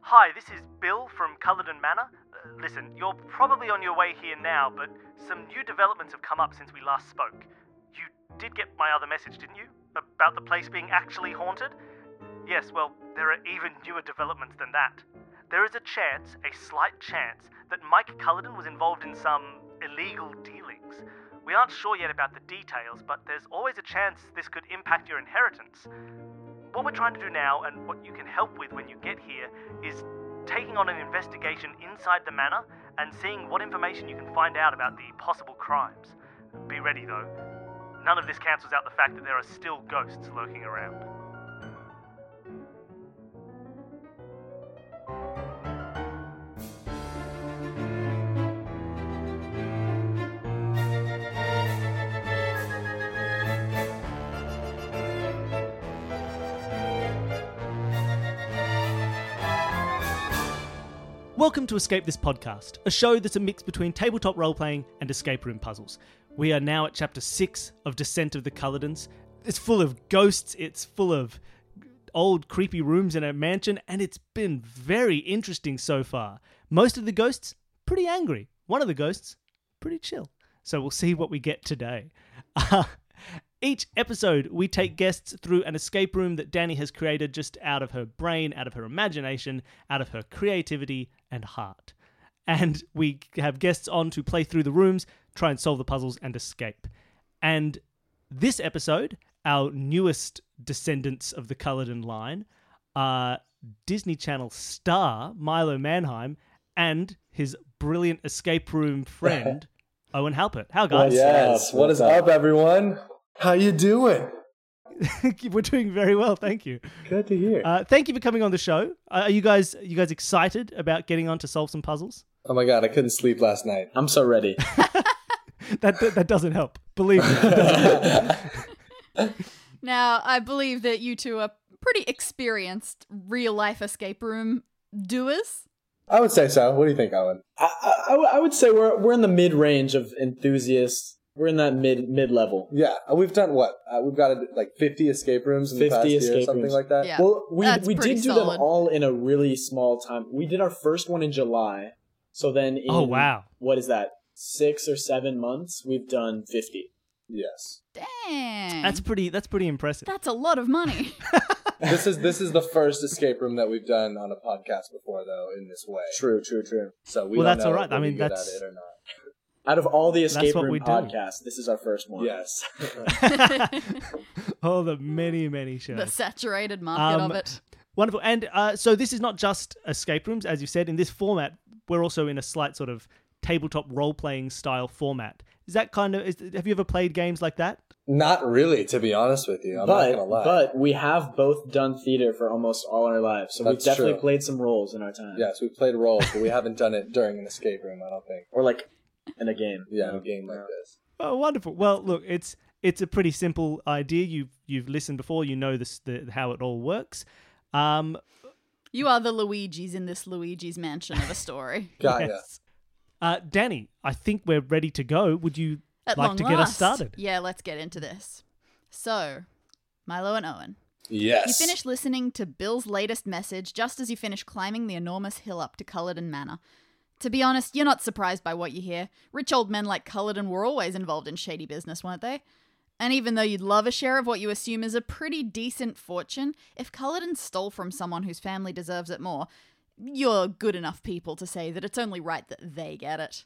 Hi, this is Bill from Culloden Manor. Uh, listen, you're probably on your way here now, but some new developments have come up since we last spoke. You did get my other message, didn't you? About the place being actually haunted? Yes, well, there are even newer developments than that. There is a chance, a slight chance, that Mike Culloden was involved in some illegal dealings. We aren't sure yet about the details, but there's always a chance this could impact your inheritance. What we're trying to do now, and what you can help with when you get here, is taking on an investigation inside the manor and seeing what information you can find out about the possible crimes. Be ready, though. None of this cancels out the fact that there are still ghosts lurking around. Welcome to Escape This Podcast, a show that's a mix between tabletop role playing and escape room puzzles. We are now at chapter 6 of Descent of the Culledons. It's full of ghosts, it's full of old creepy rooms in a mansion, and it's been very interesting so far. Most of the ghosts, pretty angry. One of the ghosts, pretty chill. So we'll see what we get today. Each episode, we take guests through an escape room that Danny has created just out of her brain, out of her imagination, out of her creativity and heart. And we have guests on to play through the rooms, try and solve the puzzles, and escape. And this episode, our newest descendants of the Culloden line, are Disney Channel star Milo Manheim and his brilliant escape room friend, Owen Halpert. How, guys? Yes. What is up, everyone? How you doing? We're doing very well, thank you. Good to hear. Uh, thank you for coming on the show. Uh, are you guys are you guys excited about getting on to solve some puzzles? oh my god, I couldn't sleep last night. I'm so ready. That that, that doesn't help. Believe me. it doesn't help. Now, I believe that you two are pretty experienced real life escape room doers. I would say so. What do you think, Owen? I, I, I would say we're we're in the mid range of enthusiasts. We're in that mid mid level. Yeah, we've done what? Uh, we've got like 50 escape rooms in the 50 past year, escape something rooms. like that. Yeah. Well, we that's we pretty did do solid. them all in a really small time. We did our first one in July. So then, in, Oh wow. what is that? Six or seven months, we've done 50. Yes. Dang. That's pretty that's pretty impressive. That's a lot of money. this is this is the first escape room that we've done on a podcast before, though, in this way. True, true, true. So we Well, don't that's know all right. if we'll I be mean, good that's- at it or not. Out of all the That's escape what room we do. podcasts, this is our first one. Yes. oh, the many many shows. the saturated market Um, of it. Wonderful. And uh, so this is not just escape rooms, as you said. In this format, we're also in a slight sort of tabletop role playing style format. Is that kind of? Is, have you ever played games like that? not really, to be honest with you. I'm but not gonna lie. but we have both done theater for almost all our lives, so That's we've definitely true. played some roles in our time. yes, we've played roles, but we haven't done it during an escape room. I don't think. or like in a game. Yeah, in a game like this. Oh, wonderful. Well, look, it's it's a pretty simple idea. You've you've listened before. You know this the, how it all works. Um, You are the Luigi's in this Luigi's mansion of a story. Got ya. yes. Uh, Danny, I think we're ready to go. Would you At like long to last. get us started? Yeah, let's get into this. So, Milo and Owen, Yes. You finish listening to Bill's latest message just as you finish climbing the enormous hill up to Culloden Manor. To be honest, you're not surprised by what you hear. Rich old men like Culloden were always involved in shady business, weren't they? And even though you'd love a share of what you assume is a pretty decent fortune, if Culloden stole from someone whose family deserves it more, you're good enough people to say that it's only right that they get it.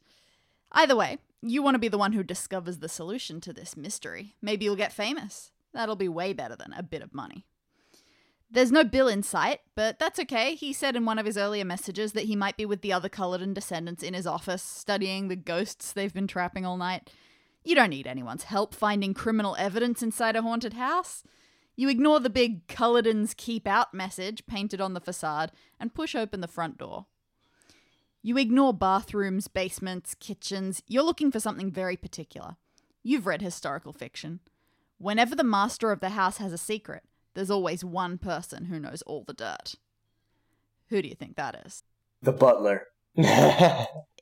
Either way, you want to be the one who discovers the solution to this mystery. Maybe you'll get famous. That'll be way better than a bit of money. There's no Bill in sight, but that's okay. He said in one of his earlier messages that he might be with the other Culloden descendants in his office, studying the ghosts they've been trapping all night. You don't need anyone's help finding criminal evidence inside a haunted house. You ignore the big Culloden's keep out message painted on the facade and push open the front door. You ignore bathrooms, basements, kitchens. You're looking for something very particular. You've read historical fiction. Whenever the master of the house has a secret, there's always one person who knows all the dirt. Who do you think that is? The butler.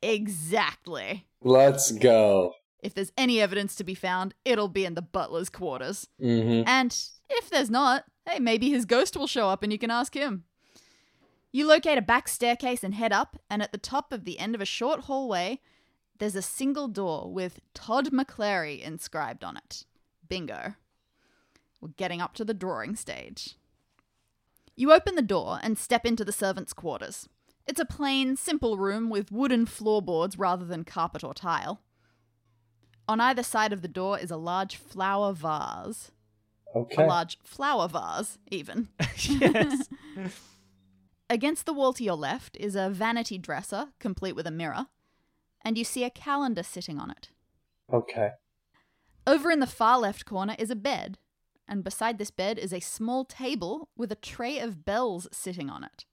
Exactly. Let's go. If there's any evidence to be found, it'll be in the butler's quarters. Mm-hmm. And if there's not, hey, maybe his ghost will show up and you can ask him. You locate a back staircase and head up, and at the top of the end of a short hallway, there's a single door with Todd McClary inscribed on it. Bingo. We're getting up to the drawing stage. You open the door and step into the servants' quarters. It's a plain, simple room with wooden floorboards rather than carpet or tile. On either side of the door is a large flower vase. Okay. A large flower vase, even. yes. Against the wall to your left is a vanity dresser, complete with a mirror, and you see a calendar sitting on it. Okay. Over in the far left corner is a bed, and beside this bed is a small table with a tray of bells sitting on it.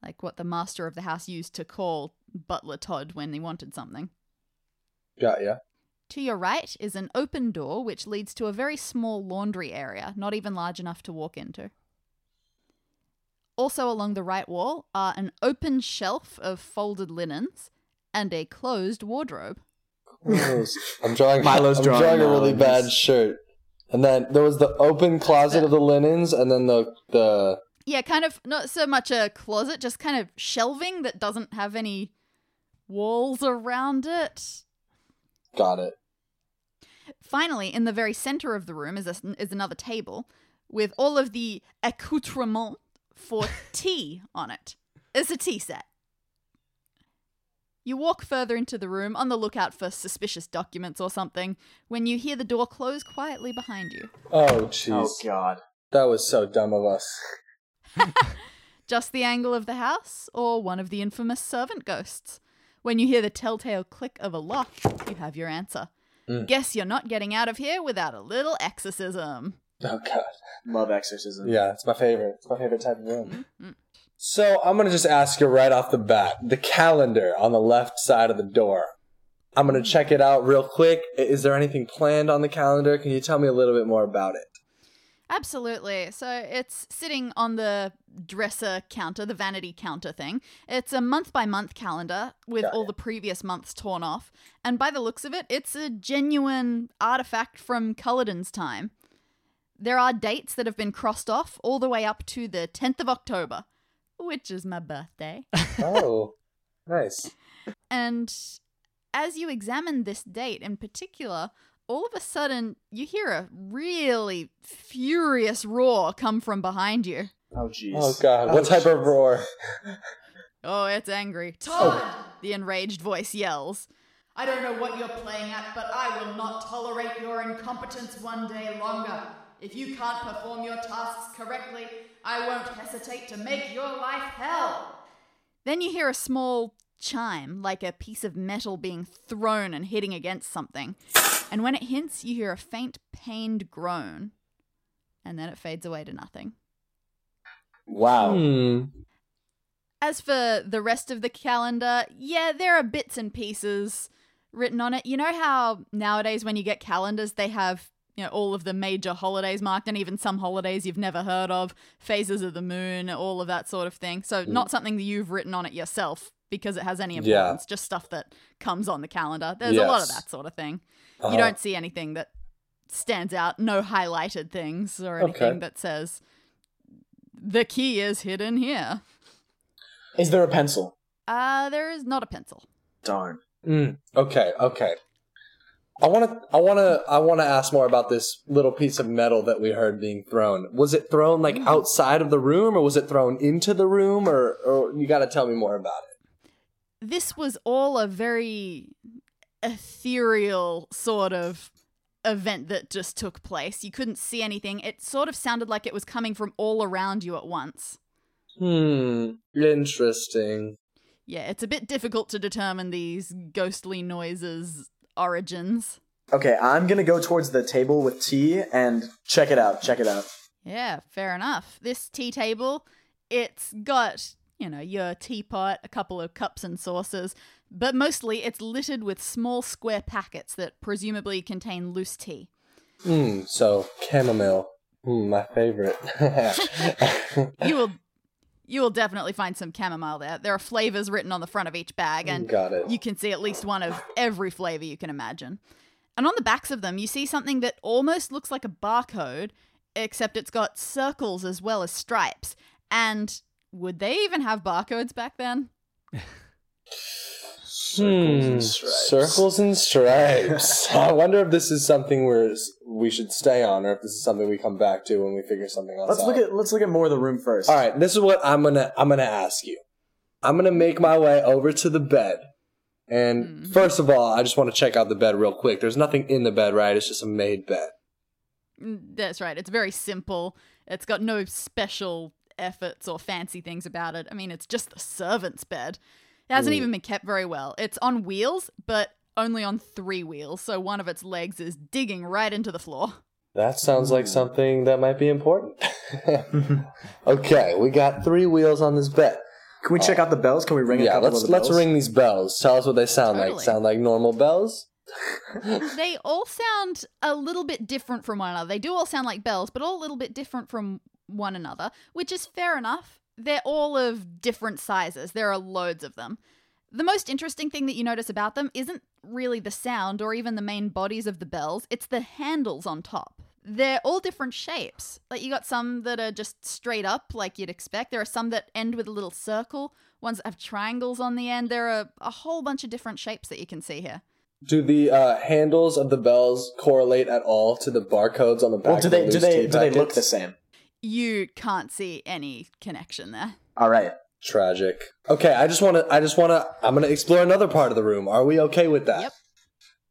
Like what the master of the house used to call Butler Todd when he wanted something. Got ya. To your right is an open door which leads to a very small laundry area, not even large enough to walk into. Also, along the right wall are an open shelf of folded linens and a closed wardrobe. Gross. I'm drawing. Milo's I'm drawing drawing, a really Milo's. bad shirt. And then there was the open closet of the linens, and then the the Yeah, kind of not so much a closet, just kind of shelving that doesn't have any walls around it. got it. Finally, in the very center of the room is a, is another table with all of the accoutrement for tea on it. It's a tea set. You walk further into the room on the lookout for suspicious documents or something when you hear the door close quietly behind you. Oh jeez, Oh God. that was so dumb of us. Just the angle of the house or one of the infamous servant ghosts. When you hear the telltale click of a lock, you have your answer. Guess you're not getting out of here without a little exorcism. Oh god. Love exorcism. Yeah, it's my favorite. It's my favorite type of room. So I'm gonna just ask you right off the bat. The calendar on the left side of the door. I'm gonna check it out real quick. I- Is there anything planned on the calendar? Can you tell me a little bit more about it? Absolutely. So it's sitting on the dresser counter, the vanity counter thing. It's a month by month calendar with all the previous months torn off. And by the looks of it, it's a genuine artifact from Culloden's time. There are dates that have been crossed off all the way up to the 10th of October, which is my birthday. Oh, nice. And as you examine this date in particular, all of a sudden you hear a really furious roar come from behind you. Oh jeez. Oh god, what type of roar? Oh, it's angry. Todd! The enraged voice yells. I don't know what you're playing at, but I will not tolerate your incompetence one day longer. If you can't perform your tasks correctly, I won't hesitate to make your life hell. Then you hear a small chime, like a piece of metal being thrown and hitting against something. And when it hints, you hear a faint, pained groan. And then it fades away to nothing. Wow. Hmm. As for the rest of the calendar, yeah, there are bits and pieces written on it. You know how nowadays when you get calendars, they have you know all of the major holidays marked and even some holidays you've never heard of, phases of the moon, all of that sort of thing. So not something that you've written on it yourself because it has any Mm. Yeah. importance, just stuff that comes on the calendar. There's a lot of Yes. that sort of thing. Uh-huh. You don't see anything that stands out, no highlighted things or Okay. anything that says the key is hidden here. Is there a pencil? Uh, there is not a pencil. Darn. Mm, okay, okay. I want to, I want to, I want to ask more about this little piece of metal that we heard being thrown. Was it thrown like outside of the room, or was it thrown into the room, or, or you got to tell me more about it? This was all a very ethereal sort of event that just took place. You couldn't see anything. It sort of sounded like it was coming from all around you at once. Hmm, interesting. Yeah, it's a bit difficult to determine these ghostly noises' origins. Okay, I'm gonna go towards the table with tea and check it out. Check it out. Yeah, fair enough. This tea table, it's got, you know, your teapot, a couple of cups and saucers, but mostly it's littered with small square packets that presumably contain loose tea. Hmm. So chamomile, mm, my favorite. you will you will definitely find some chamomile there. There are flavors written on the front of each bag and got it. you can see at least one of every flavor you can imagine. And on the backs of them, you see something that almost looks like a barcode, except it's got circles as well as stripes and Would they even have barcodes back then? Circles and stripes. Hmm. Circles and stripes. I wonder if this is something where we should stay on, or if this is something we come back to when we figure something else Let's out. look at let's look at more of the room first. All right, this is what I'm gonna I'm gonna ask you. I'm gonna make my way over to the bed, and first of all, I just want to check out the bed real quick. There's nothing in the bed, right? It's just a made bed. Mm, That's right. It's very simple. It's got no special efforts or fancy things about it. I mean, it's just the servant's bed. It hasn't even been kept very well. It's on wheels, but only on three wheels, so one of its legs is digging right into the floor. That sounds Mm. like something that might be important. okay, we got three wheels on this bed. Can we check out the bells? Can we ring? a Yeah, couple let's of the let's bells? ring these bells. Tell us what they sound like. Totally. Sound like normal bells? they all sound a little bit different from one another. They do all sound like bells, but all a little bit different from one another, which is fair enough. They're all of different sizes. There are loads of them. The most interesting thing that you notice about them isn't really the sound or even the main bodies of the bells, it's the handles on top. They're all different shapes. Like you got some that are just straight up, like you'd expect. There are some that end with a little circle, ones that have triangles on the end. There are a whole bunch of different shapes that you can see here. Do the uh, handles of the bells correlate at all to the barcodes on the back? Well, do of the they do loose they tea do they look packets? the same? you can't see any connection there. All right. Tragic. Okay, I just want to. I just want to. I'm going to explore another part of the room. Are we okay with that? Yep.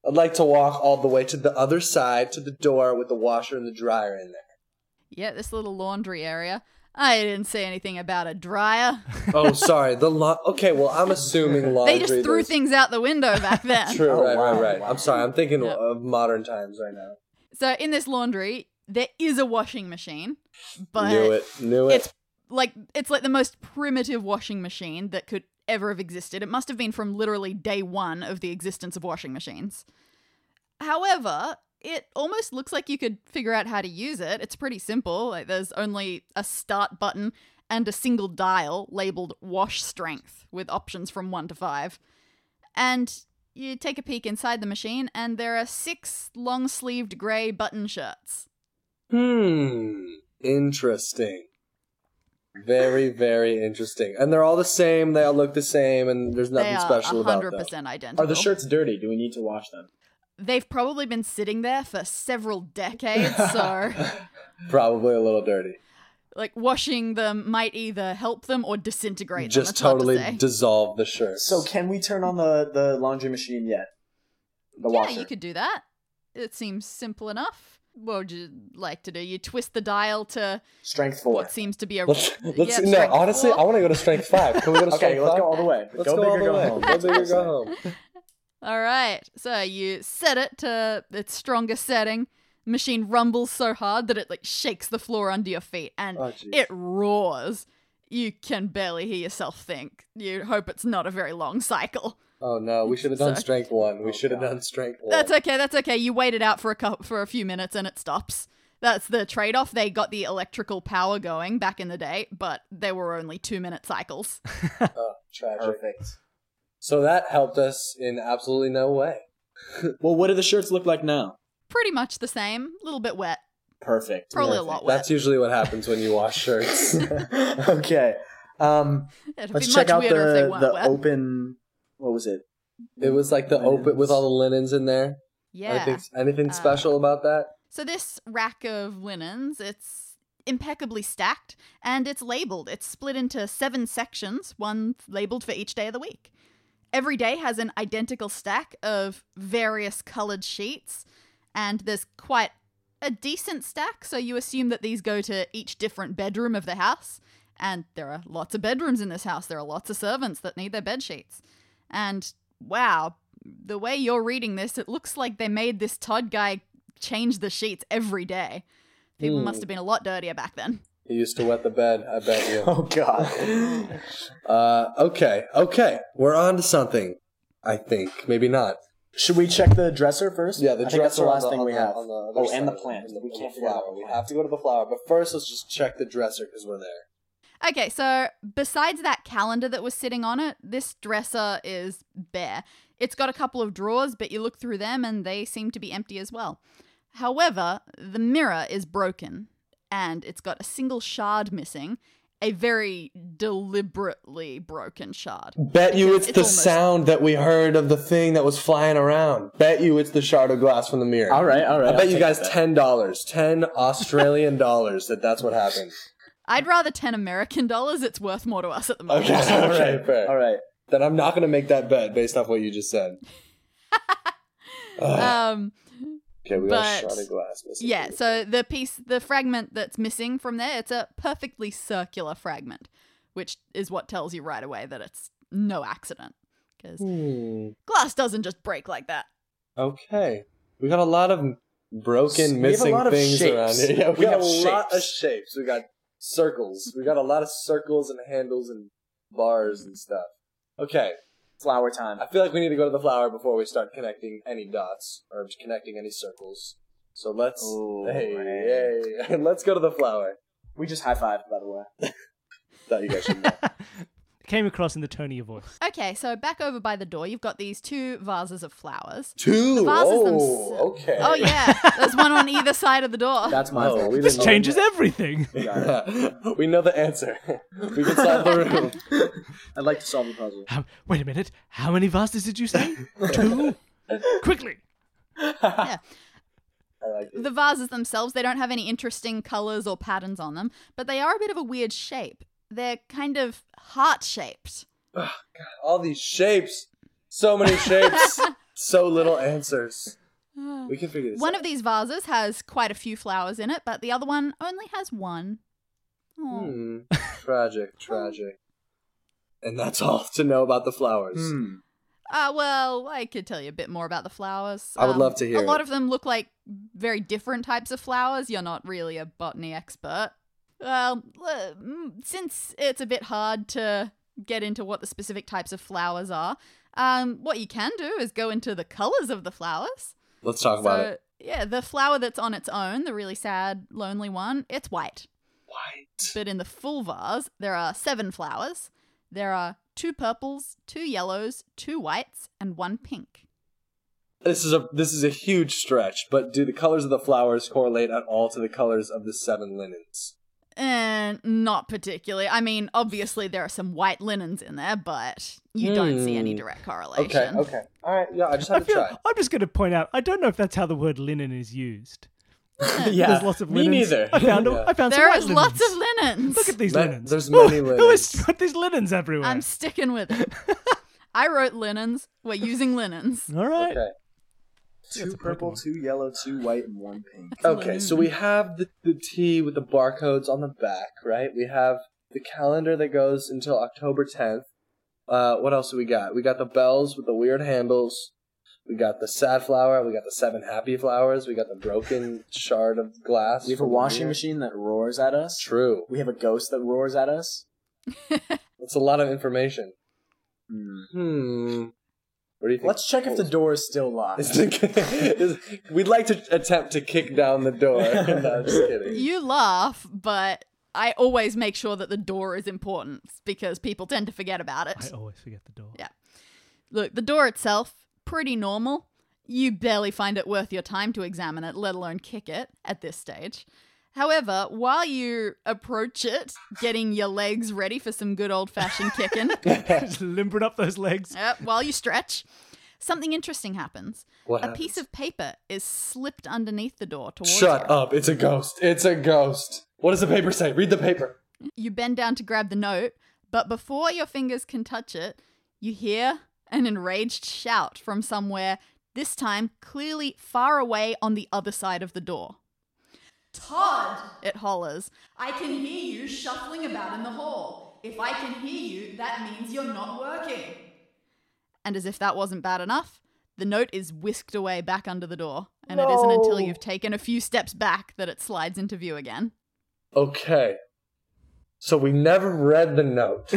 I'd like to walk all the way to the other side to the door with the washer and the dryer in there. Yeah, this little laundry area. I didn't say anything about a dryer. Oh, sorry. The la- okay. Well, I'm assuming laundry. They just threw there's- things out the window back then. True. Oh, right. wow, Right. Right. wow. I'm sorry. I'm thinking Yep. of modern times right now. So in this laundry, there is a washing machine, but Knew it. Knew it. it's like it's like the most primitive washing machine that could ever have existed. It must have been from literally day 1 of the existence of washing machines. However, it almost looks like you could figure out how to use it. It's pretty simple. Like there's only a start button and a single dial labeled wash strength with options from 1 to 5. And you take a peek inside the machine and there are 6 long-sleeved gray button shirts. Hmm. Interesting. Very, very interesting. And they're all the same. They all look the same, and there's nothing they are special about them. 100% identical. Are the shirts dirty? Do we need to wash them? they've probably been sitting there for several decades, so Probably a little dirty. like washing them might either help them or disintegrate them. Just It's hard totally to say. dissolve the shirts. So can we turn on the the laundry machine yet? The yeah, washer. you could do that. It seems simple enough. What would you like to do? You twist the dial to Strength four. what seems to be a let's let's yeah, no. strength Honestly, four. I want to go to strength five. Can we go to strength Okay, let's five? go all the way. Let's go go, big all or the go way. home. Go big or go home. All right. So you set it to its strongest setting. Machine rumbles so hard that it like shakes the floor under your feet and Oh, jeez. it roars. You can barely hear yourself think. You hope it's not a very long cycle. Oh no, we should have done Sorry. strength one. We should have Oh, God. done strength one. That's okay. That's okay. You wait it out for a couple, for a few minutes and it stops. That's the trade-off. They got the electrical power going back in the day, but they were only two-minute cycles. oh, tragic. Perfect. So that helped us in absolutely no way. Well, what do the shirts look like now? Pretty much the same. A little bit wet. Perfect. Probably a Perfect. lot wet. That's usually what happens when you wash shirts. okay. Um, It'd let's be check much out weirder if they the weren't the wet. open. What was it? It was like the open with all the linens in there. yeah. Anything, anything Uh, special about that? So this rack of linens, it's impeccably stacked and it's labeled. It's split into seven sections, one labeled for each day of the week. Every day has an identical stack of various colored sheets and there's quite a decent stack, so you assume that these go to each different bedroom of the house. And there are lots of bedrooms in this house. There are lots of servants that need their bed sheets. And wow, the way you're reading this, it looks like they made this Todd guy change the sheets every day. People Hmm. must have been a lot dirtier back then. He used to wet the bed, I bet you. Oh God. Uh, okay, okay. We're on to something, I think. Maybe not. Should we check the dresser first? Yeah, the I dresser think that's the on last the- thing on we the- have. on the other oh, and the side, plant. on the- We on can't the figure out flower. the We plant. have to go to the flower, but first let's just check the dresser because we're there. Okay, so besides that calendar that was sitting on it, this dresser is bare. It's got a couple of drawers, but you look through them and they seem to be empty as well. However, the mirror is broken and it's got a single shard missing a very deliberately broken shard. Bet you it's, It's the almost- sound that we heard of the thing that was flying around. Bet you it's the shard of glass from the mirror. All right, all right. I bet you take guys that. ten dollars, ten Australian dollars, that that's what happened. I'd rather 10 American dollars. It's worth more to us at the moment. Okay, all right, fair. All right. Then I'm not gonna make that bet based off what you just said. Ugh. Um, okay, we got a but- shard of glass. missing. yeah, so the piece, the fragment that's missing from there, it's a perfectly circular fragment, which is what tells you right away that it's no accident. Because Hmm. glass doesn't just break like that. Okay. We got a lot of We have broken, a missing lot of things shapes. around here. Yeah, we, We got have a lot of shapes. shapes. We got circles. we got a lot of circles and handles and bars and stuff. Okay. Flower time. I feel like we need to go to the flower before we start connecting any dots or connecting any circles. So let's Ooh, hey, hey. hey, let's go to the flower. We just high five, by the way. Thought you guys should know. Came across in the tone of your voice. Okay, so back over by the door, you've got these two vases of flowers. Two. vases oh, themselves- okay. Oh, yeah, there's one on either side of the door. That's my Oh, fault. we didn't We This know changes everything. I'd that. we know the answer. we can solve the room. like to solve the puzzle. Um, wait a minute. How many vases did you say? Two? Quickly. I like it. the vases themselves, they don't have any interesting colors or patterns on them, but they are a bit of a weird shape. They're kind of heart shaped. All these shapes. So many shapes. so little answers. We can figure this One out. of these vases has quite a few flowers in it, but the other one only has one. Aw. Hmm. Tragic, tragic. And that's all to know about the flowers. Hmm. Hmm. Uh, well, I could tell you a bit more about the flowers. Um, I would love to hear A lot it. of them look like very different types of flowers. You're not really a botany expert. Well, uh, mm, since it's a bit hard to get into what the specific types of flowers are, um, what you can do is go into the colors of the flowers. Let's talk about it. yeah, the flower that's on its own, the really sad, lonely one, it's white. White. But in the full vase, there are seven flowers. There are two purples, two yellows, two whites, and one pink. This is a this is a huge stretch, but do the colors of the flowers correlate at all to the colors of the seven linens? And not particularly. I mean, obviously there are some white linens in there, but you don't see any Hmm. direct correlation. Okay, okay. Alright, yeah, I just I had to feel, try. I'm just going to point out, I don't know if that's how the word linen is used. yeah. There's lots of Me linens. neither. I found, a- Yeah. I found There some is white lots linens. of linens. Look at these Ma- linens. There's many Who has linens. got these linens everywhere? I'm sticking with it. I wrote linens. We're using linens. All right. Okay. Two purple, two yellow, two white, and one pink. Okay, so we have the, the tea with the barcodes on the back, right? We have the calendar that goes until October 10th. Uh, what else do we got? We got the bells with the weird handles. We got the sad flower. We got the seven happy flowers. We got the broken shard of glass. We have a from the washing mirror. machine that roars at us. True. We have a ghost that roars at us. That's a lot of information. Hmm. Hmm. What do you think? Let's check if the door is still locked. Is the- is- we'd like to attempt to kick down the door. no, I'm just kidding. You laugh, but I always make sure that the door is important because people tend to forget about it. I always forget the door. Yeah. Look, the door itself, pretty normal. You barely find it worth your time to examine it, let alone kick it at this stage. However, while you approach it, getting your legs ready for some good old fashioned kicking, Just limbering up those legs. uh, while you stretch, something interesting happens. What A piece of paper is slipped underneath the door towards Shut you. up. It's a ghost. It's a ghost. What does the paper say? Read the paper. You bend down to grab the note, but before your fingers can touch it, you hear an enraged shout from somewhere, this time clearly far away on the other side of the door. Todd! It hollers. I can hear you shuffling about in the hall. If I can hear you, that means you're not working. And as if that wasn't bad enough, the note is whisked away back under the door, and it isn't until you've taken a few steps back that it slides into view again. Okay. So we never read the note.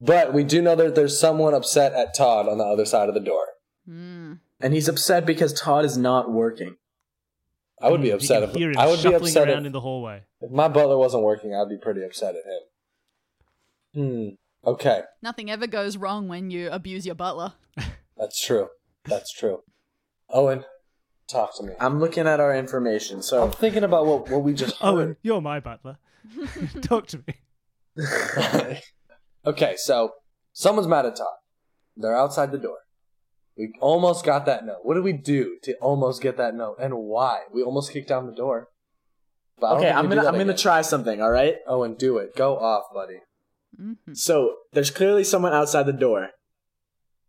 but we do know that there's someone upset at Todd on the other side of the door. Hmm. and he's upset because Todd is not working. I would be You upset can if hear him I would be shuffling upset around if, in the hallway. if my butler wasn't working, I'd be pretty upset at him. Hmm. Okay. Nothing ever goes wrong when you abuse your butler. That's true. That's true. Owen, talk to me. I'm looking at our information, I'm so thinking about what, what we just heard. Owen, you're my butler. Talk to me. okay, so someone's mad at Todd. They're outside the door. We almost got that note. What did we do to almost get that note, and why? We almost kicked down the door. But I don't Okay, think we I'm do gonna that I'm gonna again. try something. All right. Oh, and do it. Go off, buddy. Hmm. Mhm. So there's clearly someone outside the door.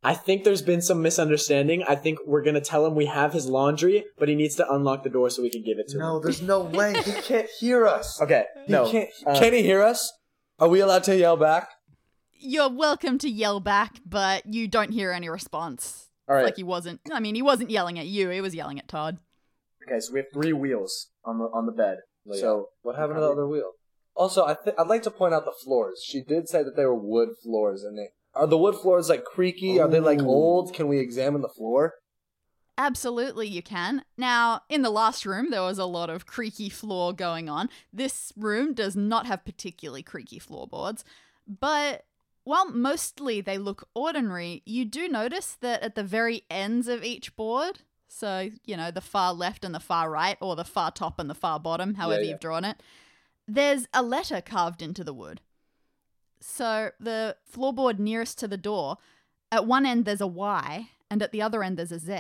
I think there's been some misunderstanding. I think we're gonna tell him we have his laundry, but he needs to unlock the door so we can give it to him. there's no way. He can't hear us. Okay. He no. can't. uh, can he hear us? Are we allowed to yell back? You're welcome to yell back, but you don't hear any response. all right. Like he wasn't. I mean, he wasn't yelling at you. He was yelling at Todd. Okay. So we have three wheels on the on the bed. So what happened to the other wheel? Also, I th- I'd like to point out the floors. She did say that they were wood floors, and they are the wood floors like creaky. Are they like Ooh. old? Can we examine the floor? Absolutely, you can. Now, in the last room, there was a lot of creaky floor going on. This room does not have particularly creaky floorboards, but while mostly they look ordinary, you do notice that at the very ends of each board, so, you know, the far left and the far right, or the far top and the far bottom, however yeah. you've drawn it, there's a letter carved into the wood. So, the floorboard nearest to the door, at one end there's a Y, and at the other end there's a Z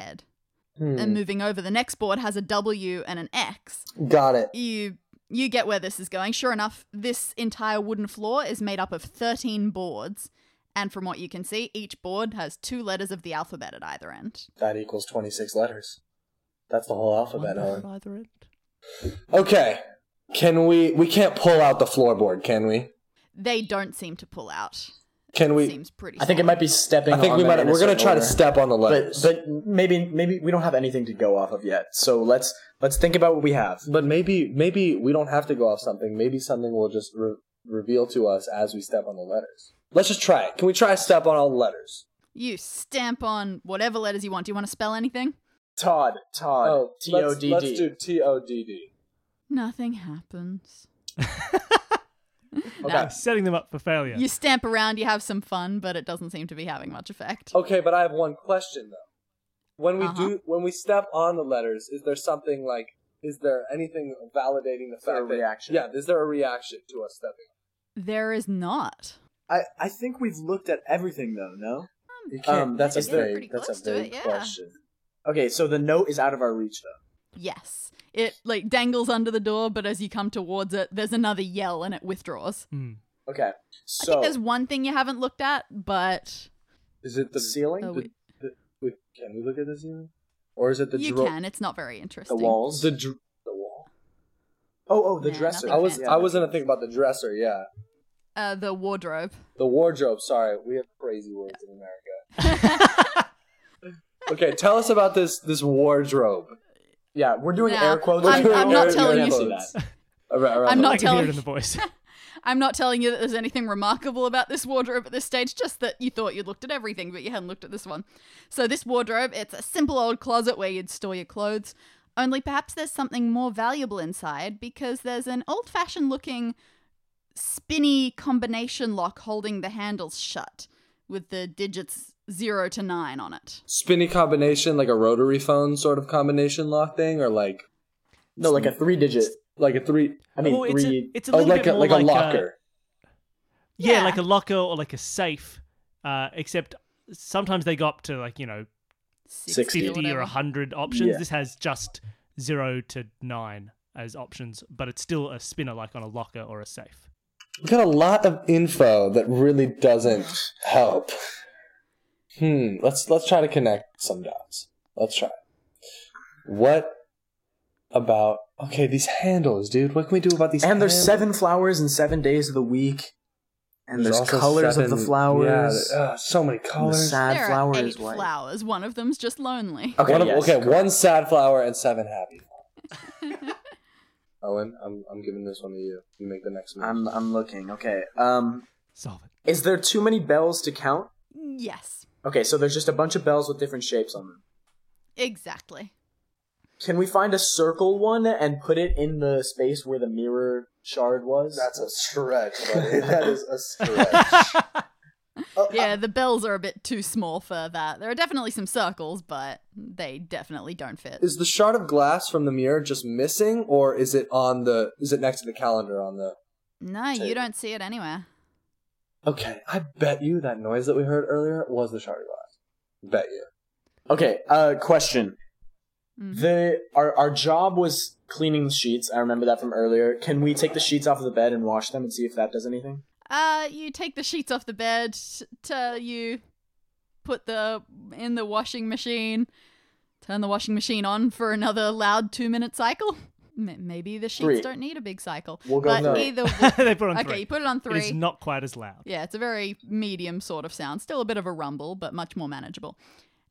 Hmm. and moving over the next board has a W and an X. Got it. You you get where this is going. Sure enough, this entire wooden floor is made up of 13 boards, and from what you can see, each board has two letters of the alphabet at either end. That equals twenty six letters. That's the whole alphabet, Owen. Either end. Okay. Can we? We can't pull out the floorboard, can we? They don't seem to pull out. Can we? Seems pretty I think it might be stepping. I think on we them might. in a We're gonna certain try to order. step on the But letters. but maybe maybe we don't have anything to go off of yet. So let's let's think about what we have. But maybe maybe we don't have to go off something. Maybe something will just re- reveal to us as we step on the letters. Let's just try it. Can we try to step on all the letters? You stamp on whatever letters you want. Do you want to spell anything? Todd. Todd. Oh, T O D Let's do D. T O D D. Nothing happens. No. Okay. Setting them up for failure. You stamp around, you have some fun, but it doesn't seem to be having much effect. Okay, but I have one question though. When we Uh-huh. do, when we step on the letters, is there something like? Is there anything validating the Is there fact a that- reaction? Yeah, is there a reaction to us stepping? There is not. I I think we've looked at everything though. No. You can't- that's a a I think we're vague- pretty that's a close to it, vague yeah. question. Okay. So the note is out of our reach though. Yes. It like dangles under the door, but as you come towards it, there's another yell and it withdraws. Hmm. Okay. I So think there's one thing you haven't looked at, but Is it the ceiling? Oh, wait. can we look at the ceiling? Or is it the you dro- can. It's not very the interesting. walls. The dr- the wall. oh oh the Yeah, dresser. nothing I was Yeah. I was gonna think about the dresser, yeah. Uh, the wardrobe. The wardrobe, sorry, we have crazy words in America. okay, tell us about this this wardrobe. Yeah, we're doing Nah, air quotes. I'm- We're I'm doing not air telling quotes. you. All right, all right, I'm all not I can right. hear telling- it in the voice. I'm not telling you that there's anything remarkable about this wardrobe at this stage, just that you thought you'd looked at everything, but you hadn't looked at this one. So, this wardrobe, it's a simple old closet where you'd store your clothes, only perhaps there's something more valuable inside because there's an old fashioned looking spinny combination lock holding the handles shut with the digits 0 to 9 on it. Spinny combination, like a rotary phone sort of combination lock thing, or like No, like a three digit. like a three I mean, Oh, it's a- three. it's a oh, little like bit a more like a locker. yeah, Yeah. like a locker or like a safe. Uh, except sometimes they go up to like you know 60 fifty or whatever. hundred options. Yeah. This has just zero to nine as options, but it's still a spinner like on a locker or a safe. We've got a lot of info that really doesn't help. Hmm. Let's let's try to connect some dots. Let's try. What about okay? These handles, dude. What can we do about these? and there's handles? seven flowers and seven days of the week. And there's, colors of the flowers. Yeah, uh, so many and the colors. sad There flower are eight is white. flowers. One of them's just lonely. Okay, one, of- yes, okay, correct. one sad flower and seven happy. flowers. Owen, I'm I'm giving this one to you. You make the next move. I'm I'm looking. Okay. Um, Solve it. is there too many bells to count? Yes, Okay, so there's just a bunch of bells with different shapes on them. exactly. Can we find a circle one and put it in the space where the mirror shard was? a stretch, buddy. that is a stretch. Yeah, the bells are a bit too small for that. There are definitely some circles, but they definitely don't fit. is the shard of glass from the mirror just missing, or is it on the? Is it next to the calendar on the No, you Tape. don't see it anywhere. Okay, I bet you that noise that we heard earlier was the shard glass. Bet you. Okay, uh, question. Mhm. The our our job was cleaning the sheets. I remember that from earlier. Can we take the sheets off of the bed and wash them and see if that does anything? Uh, you take the sheets off the bed. To you put the in the washing machine. Turn the washing machine on for another loud two minute cycle. M- maybe the sheets Three. don't need a big cycle. We'll go but three. either way, they put on okay, three. you put it on three. It is not quite as loud. Yeah, it's a very medium sort of sound. Still a bit of a rumble, but much more manageable.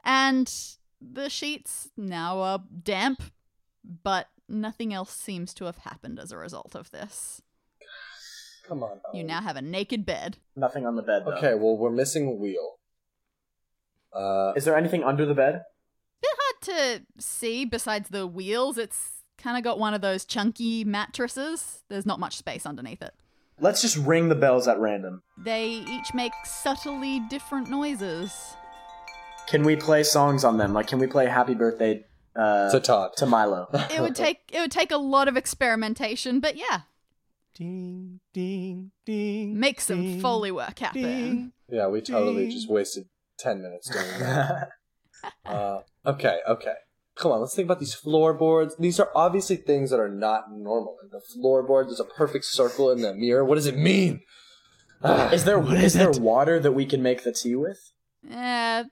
And the sheets now are damp, but nothing else seems to have happened as a result of this. Come on. You Owen. now have a naked bed. Nothing on the bed. Though. Okay, well we're missing a wheel. Uh, Is there anything under the bed? Bit hard to see besides the wheels. It's kind of got one of those chunky mattresses. There's not much space underneath it. Let's just ring the bells at random. They each make subtly different noises. Can we play songs on them? Like, can we play "Happy Birthday" uh, to Todd. to Milo? It Uh, would take it would take a lot of experimentation, but yeah, Ding, ding, ding. make some ding, foley work happen. Ding. yeah, we totally just Ding. wasted ten minutes doing that. Uh, okay, okay. Come on, let's think about these floorboards. These are obviously things that are not normal. Like the floorboards, there's a perfect circle in the mirror. What does it mean? Ah, is there What is is there it? water that we can make the tea with? Uh,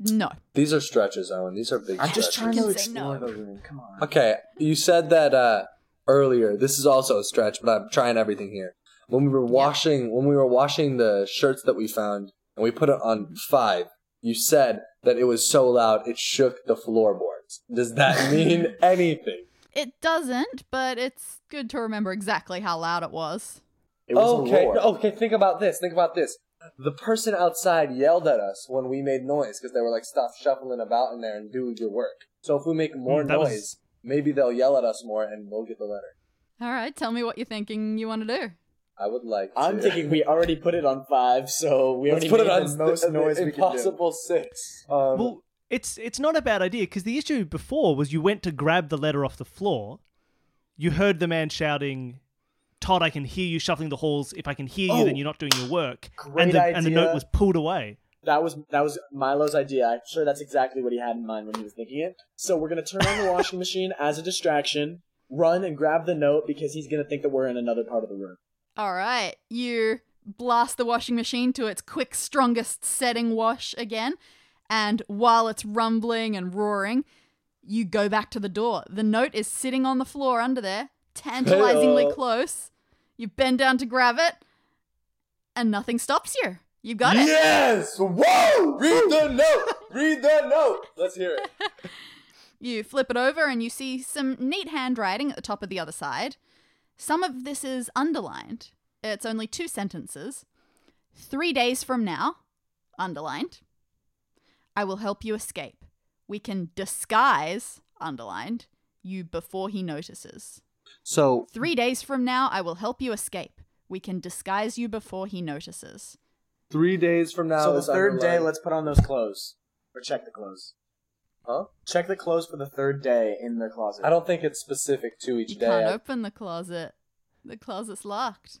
no. these are stretches, Owen. These are big I'm just stretches. trying to can say explore no. the room. Come on. Okay, you said that uh, earlier. This is also a stretch, but I'm trying everything here. When we were washing, when we were washing the shirts that we found, and we put it on five, you said that it was so loud it shook the floorboards. Does that mean anything? It doesn't, but it's good to remember exactly how loud it was. It was okay, a roar. okay. Think about this. Think about this. The person outside yelled at us when we made noise because they were like, "Stop shuffling about in there and do your work." So if we Hmm, make more Mm, that was- noise, maybe they'll yell at us more, and we'll get the letter. All right, tell me what you're thinking you want to do. I would like. I'm to. thinking we already put it on five, so we Let's already put put it on the most noise we can do. impossible six. Um, Well, it's it's not a bad idea because the issue before was you went to grab the letter off the floor, you heard the man shouting, "Todd, I can hear you shuffling the halls. If I can hear you, then Oh, you're not doing your work." great and, the, and the idea. note was pulled away. That was that was Milo's idea. I'm sure that's exactly what he had in mind when he was thinking it. So we're gonna turn on the washing machine as a distraction, run and grab the note because he's gonna think that we're in another part of the room. All right, you blast the washing machine to its quick, strongest setting wash again, and while it's rumbling and roaring, you go back to the door. The note is sitting on the floor under there, tantalizingly Hey-o. close. You bend down to grab it, and nothing stops you. You got it. yes! Whoa! Read the note. Read the note. Let's hear it. You flip it over and you see some neat handwriting at the top of the other side. Some of this is underlined. It's only two sentences. Three days from now, underlined. I will help you escape. We can disguise, underlined, you before he notices. So Three days from now, I will help you escape. We can disguise you before he notices. three days from now. so the is third day, underlined. let's put on those clothes or check the clothes. Huh? Check the clothes for the third day in the closet. I don't think it's specific to each You day. can't open the closet. The closet's locked.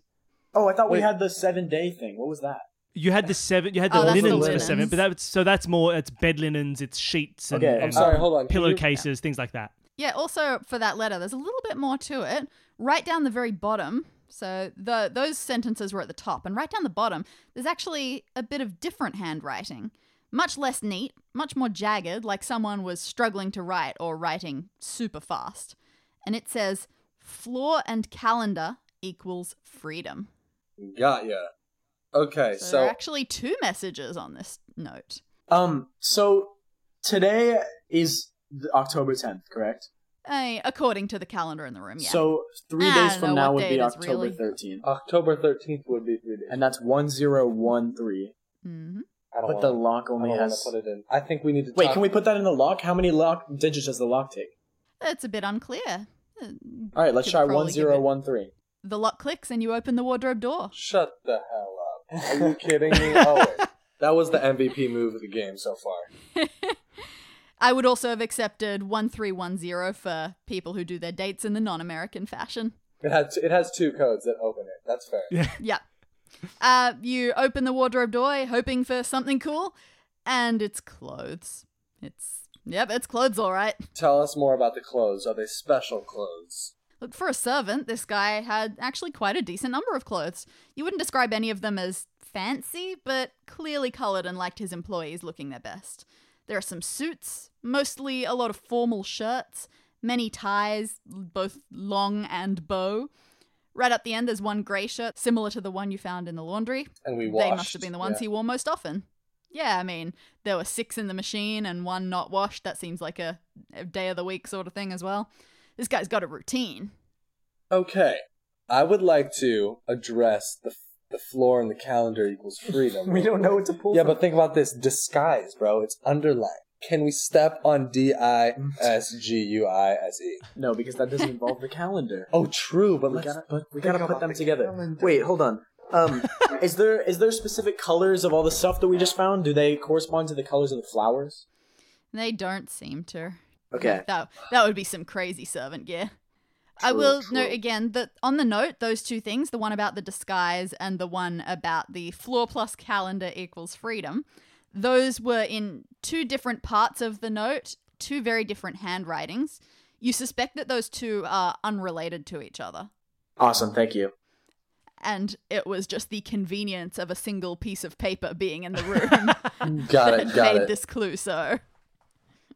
Oh, I thought we Wait. had the seven day thing. What was that? You had the seven. You had the Oh, that's the linens, linens. for seven, but that's so that's more. It's bed linens, it's sheets, and, Okay, and I'm sorry. Um, Hold on. Can you- pillowcases, things like that. Yeah, also for that letter, there's a little bit more to it. Right down the very bottom, so the those sentences were at the top, and right down the bottom, there's actually a bit of different handwriting. Much less neat, much more jagged, like someone was struggling to write or writing super fast. And it says, floor and calendar equals freedom. Got ya. Okay, So, there are so actually two messages on this note. Um. So today is the- October tenth, correct? Eh, according to the calendar in the room, yeah. So three I days don't from know now what would day be it is, October really. thirteenth, October thirteenth would be three days. and that's one zero one three. hmm I don't But wanna- the lock I don't only wanna has. put it in. I think we need to. Wait, talk- can we put that in the lock? How many lock digits does the lock take? It's a bit unclear. Eh, All right, let's could try probably one give zero it- one three. The lock clicks and you open the wardrobe door. Shut the hell up! Are you kidding me? Owen? that was the MVP move of the game so far. I would also have accepted 1310 for people who do their dates in the non American fashion. It has it has two codes that open it. That's fair. Yeah. Uh, you open the wardrobe door, hoping for something cool, and it's clothes. It's yep, it's clothes, all right. Tell us more about the clothes. Are they special clothes? Look, for a servant, this guy had actually quite a decent number of clothes. You wouldn't describe any of them as fancy, but clearly colored and liked his employees looking their best. There are some suits, mostly a lot of formal shirts, many ties, both long and bow. Right at the end, there's one grey shirt, similar to the one you found in the laundry. And we They washed. must have been the ones he wore most often. Yeah, I mean, there were six in the machine and one not washed. That seems like a a day of the week sort of thing as well. This guy's got a routine. Okay, I would like to address the the floor and the calendar equals freedom. We don't know what to pull. Yeah, from. but think about this disguise, bro. It's underlined. Can we step on D I S G U I S E? no, because that doesn't involve the calendar. Oh, true, but we let's. gotta, but we gotta think put about them the together. calendar. Wait, hold on. Um, is there is there specific colors of all the stuff that we just found? Do they correspond to the colors of the flowers? They don't seem to. Okay. Like, that that would be some crazy servant gear. I True, will true. note again that on the note, those two things, the one about the disguise and the one about the floor plus calendar equals freedom, those were in two different parts of the note, two very different handwritings. You suspect that those two are unrelated to each other. Awesome. Thank you. And it was just the convenience of a single piece of paper being in the room Got that it, got made it. this clue so.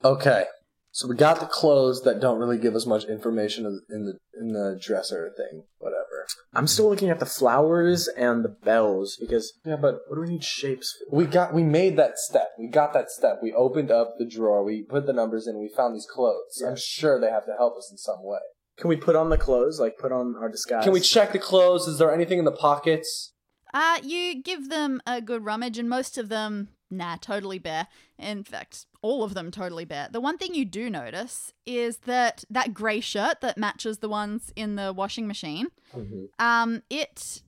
Okay, so we got the clothes that don't really give us much information in the in the dresser thing, whatever. I'm still looking at the flowers and the bells because Yeah, but what do we need shapes for? we got we made that step. We got that step. We opened up the drawer. We put the numbers in. We found these clothes. I'm Yeah. sure they have to help us in some way. Can we put on the clothes? Like put on our disguise? Can we check the clothes? Is there anything in the pockets? Uh, you give them a good rummage, and most of them, nah, totally bare. In fact, all of them totally bare. The one thing you do notice is that that grey shirt that matches the ones in the washing machine, Mm-hmm. um, it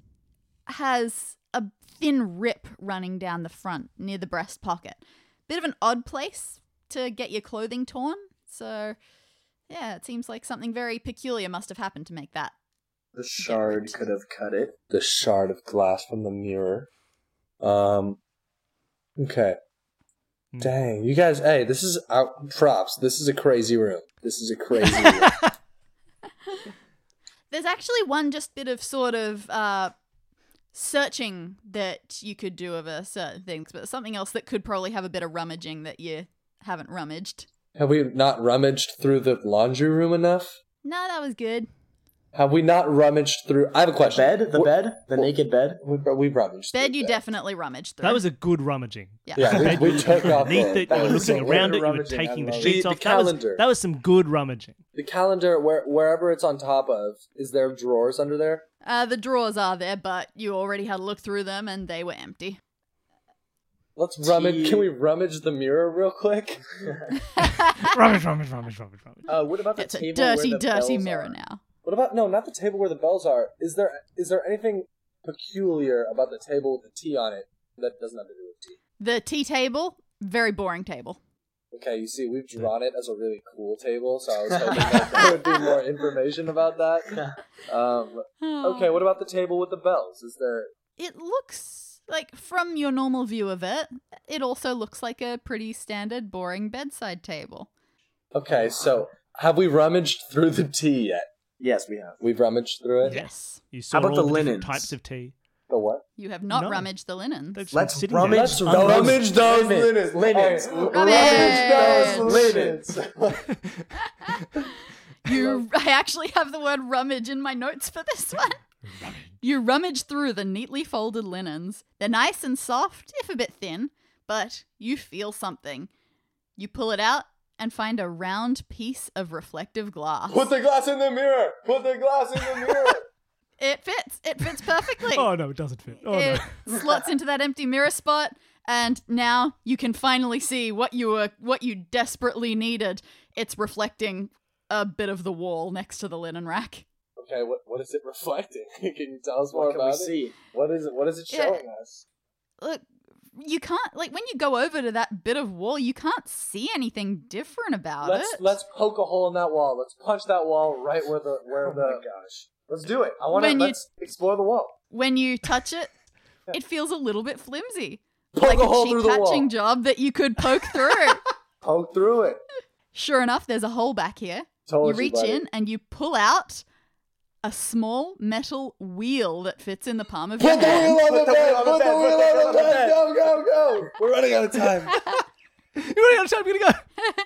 has a thin rip running down the front near the breast pocket. Bit of an odd place to get your clothing torn. So, yeah, it seems like something very peculiar must have happened to make that. The shard could have cut it. The shard of glass from the mirror. Um. Okay. Hmm. Dang, you guys. Hey, this is out props. This is a crazy room. This is a crazy room. There's actually one just bit of sort of uh, searching that you could do over certain things, but something else that could probably have a bit of rummaging that you haven't rummaged. Have we not rummaged through the laundry room enough? No, that was good. Have we not rummaged through? I have a The question. bed? The Wh- bed? The wh- naked bed? We, we rummaged. Bed, through you the definitely rummaged through. That was a good rummaging. yeah. Yeah, Bed we, you we were took looking off underneath the- it, you were that was looking so around it, weird you were rummaging, I taking the love it. sheets The- off. The That was- calendar. That was some good rummaging. the calendar, where, wherever it's on top of, is there drawers under there? Uh, the drawers are there, but you already had a look through them and they were empty. Let's rummage. Tea. Can we rummage the mirror real quick? rummage, rummage, rummage, rummage, rummage. Uh, what about the It's a table where dirty, the dirty bells mirror are? now. What about no? Not the table where the bells are. Is there is there anything peculiar about the table with the tea on it that doesn't have to do with tea? The tea table, very boring table. Okay, you see, we've drawn it as a really cool table, so I was hoping that there would be more information about that. Um, okay, what about the table with the bells? Is there Oh, It looks like from your normal view of it, it also looks like a pretty standard boring bedside table. okay? So have we rummaged through the tea yet? Yes, we have. We've rummaged through it. Yes. You saw about all the the, different linens? types of tea. The what? You have not No. rummaged the linens. They've just Let's been sitting rummage there. Let's rummage those linens. Linens. Rummage those linens. You, I actually have the word rummage in my notes for this one. You rummage through the neatly folded linens. They're nice and soft, if a bit thin, but you feel something. You pull it out and find a round piece of reflective glass. Put the glass in the mirror. Put the glass in the mirror. It fits. It fits perfectly. Oh no, it doesn't fit. Oh no. it slots into that empty mirror spot and now you can finally see what you were what you desperately needed it's reflecting a bit of the wall next to the linen rack okay, what what is it reflecting? Can you tell us more What can about we it? see? What is it? What is it Yeah. showing us? look you can't like when you go over to that bit of wall you can't see anything different about Let's it let's poke a hole in that wall. Let's punch that wall right where the where Oh the my gosh. Let's do it. I want to. When you- Let's explore the wall. When you touch it, it feels a little bit flimsy. Poke like a hole cheap through the wall. patching job that you could poke through. Poke through it. sure enough, there's a hole back here. Told you reach buddy. in and you pull out a small metal wheel that fits in the palm of your Put the wheel hand. on the Put the bed. wheel on Put the the bed, wheel on the bed. Go, go, go. We're running out of time. You're running out of time. We're gonna go.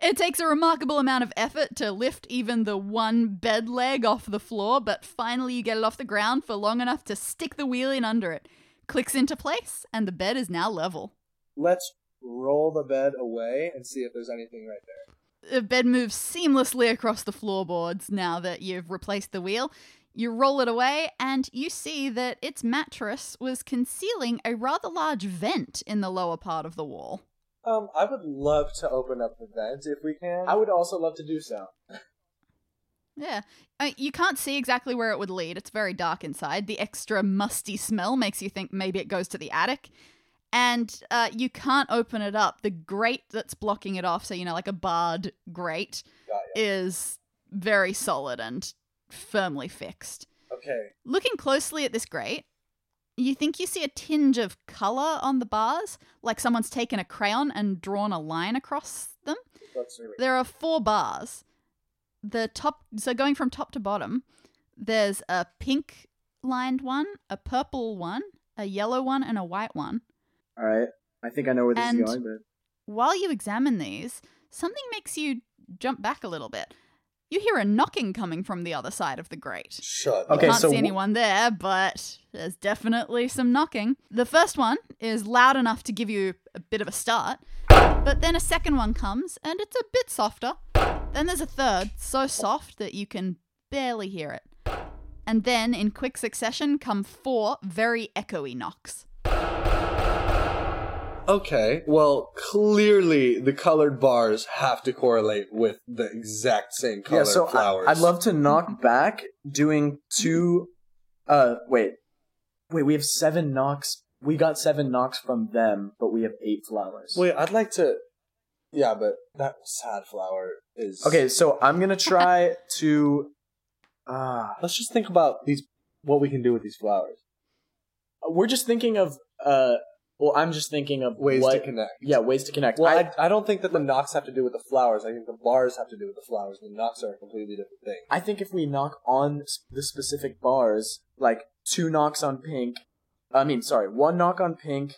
It takes a remarkable amount of effort to lift even the one bed leg off the floor, but finally you get it off the ground for long enough to stick the wheel in under it. Clicks into place, and the bed is now level. Let's roll the bed away and see if there's anything right there. The bed moves seamlessly across the floorboards now that you've replaced the wheel. You roll it away, and you see that its mattress was concealing a rather large vent in the lower part of the wall. Um, I would love to open up the vent if we can. I would also love to do so. Yeah. Uh, you can't see exactly where it would lead. It's very dark inside. The extra musty smell makes you think maybe it goes to the attic. And uh, you can't open it up. The grate that's blocking it off, so, you know, like a barred grate, Got is very solid and firmly fixed. Okay. Looking closely at this grate, you think you see a tinge of color on the bars, like someone's taken a crayon and drawn a line across them. Let's do it. There are four bars. The top, so going from top to bottom, there's a pink lined one, a purple one, a yellow one, and a white one. All right. I think I know where this And- is going, but While you examine these, something makes you jump back a little bit. You hear a knocking coming from the other side of the grate. Shut Okay, up. Can't so see wh- anyone there, but there's definitely some knocking. The first one is loud enough to give you a bit of a start, but then a second one comes and it's a bit softer. Then there's a third, so soft that you can barely hear it. And then in quick succession come four very echoey knocks. Okay. Well, clearly the colored bars have to correlate with the exact same color yeah. So flowers. I, would love to knock back, doing two. Uh, wait, wait. We have seven knocks. We got seven knocks from them, but we have eight flowers. Wait, I'd like to. Yeah, but that sad flower is Okay, so I'm gonna try to. Uh, Let's just think about these. What we can do with these flowers? we're just thinking of. Uh, well, I'm just thinking of Ways what, to connect. Yeah, ways to connect. Well, I- I, I, don't think that the knocks have to do with the flowers. I think the bars have to do with the flowers. The knocks are a completely different thing. I think if we knock on s- the specific bars, like two knocks on pink, I mean, sorry, one knock on pink,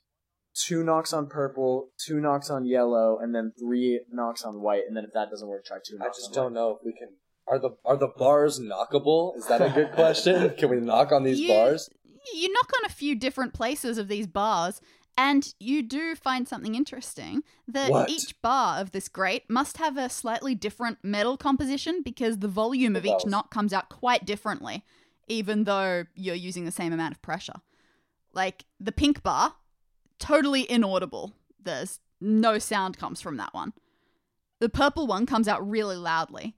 two knocks on purple, two knocks on yellow, and then three knocks on white. And then if that doesn't work, try two I knocks. just on don't know if we can. Are the are the bars knockable? Is that a good question? can we knock on these You- bars? You knock on a few different places of these bars, and you do find something interesting that What? each bar of this grate must have a slightly different metal composition because the volume of each Valves. knot comes out quite differently, even though you're using the same amount of pressure. Like the pink bar, totally inaudible. There's no sound comes from that one. The purple one comes out really loudly.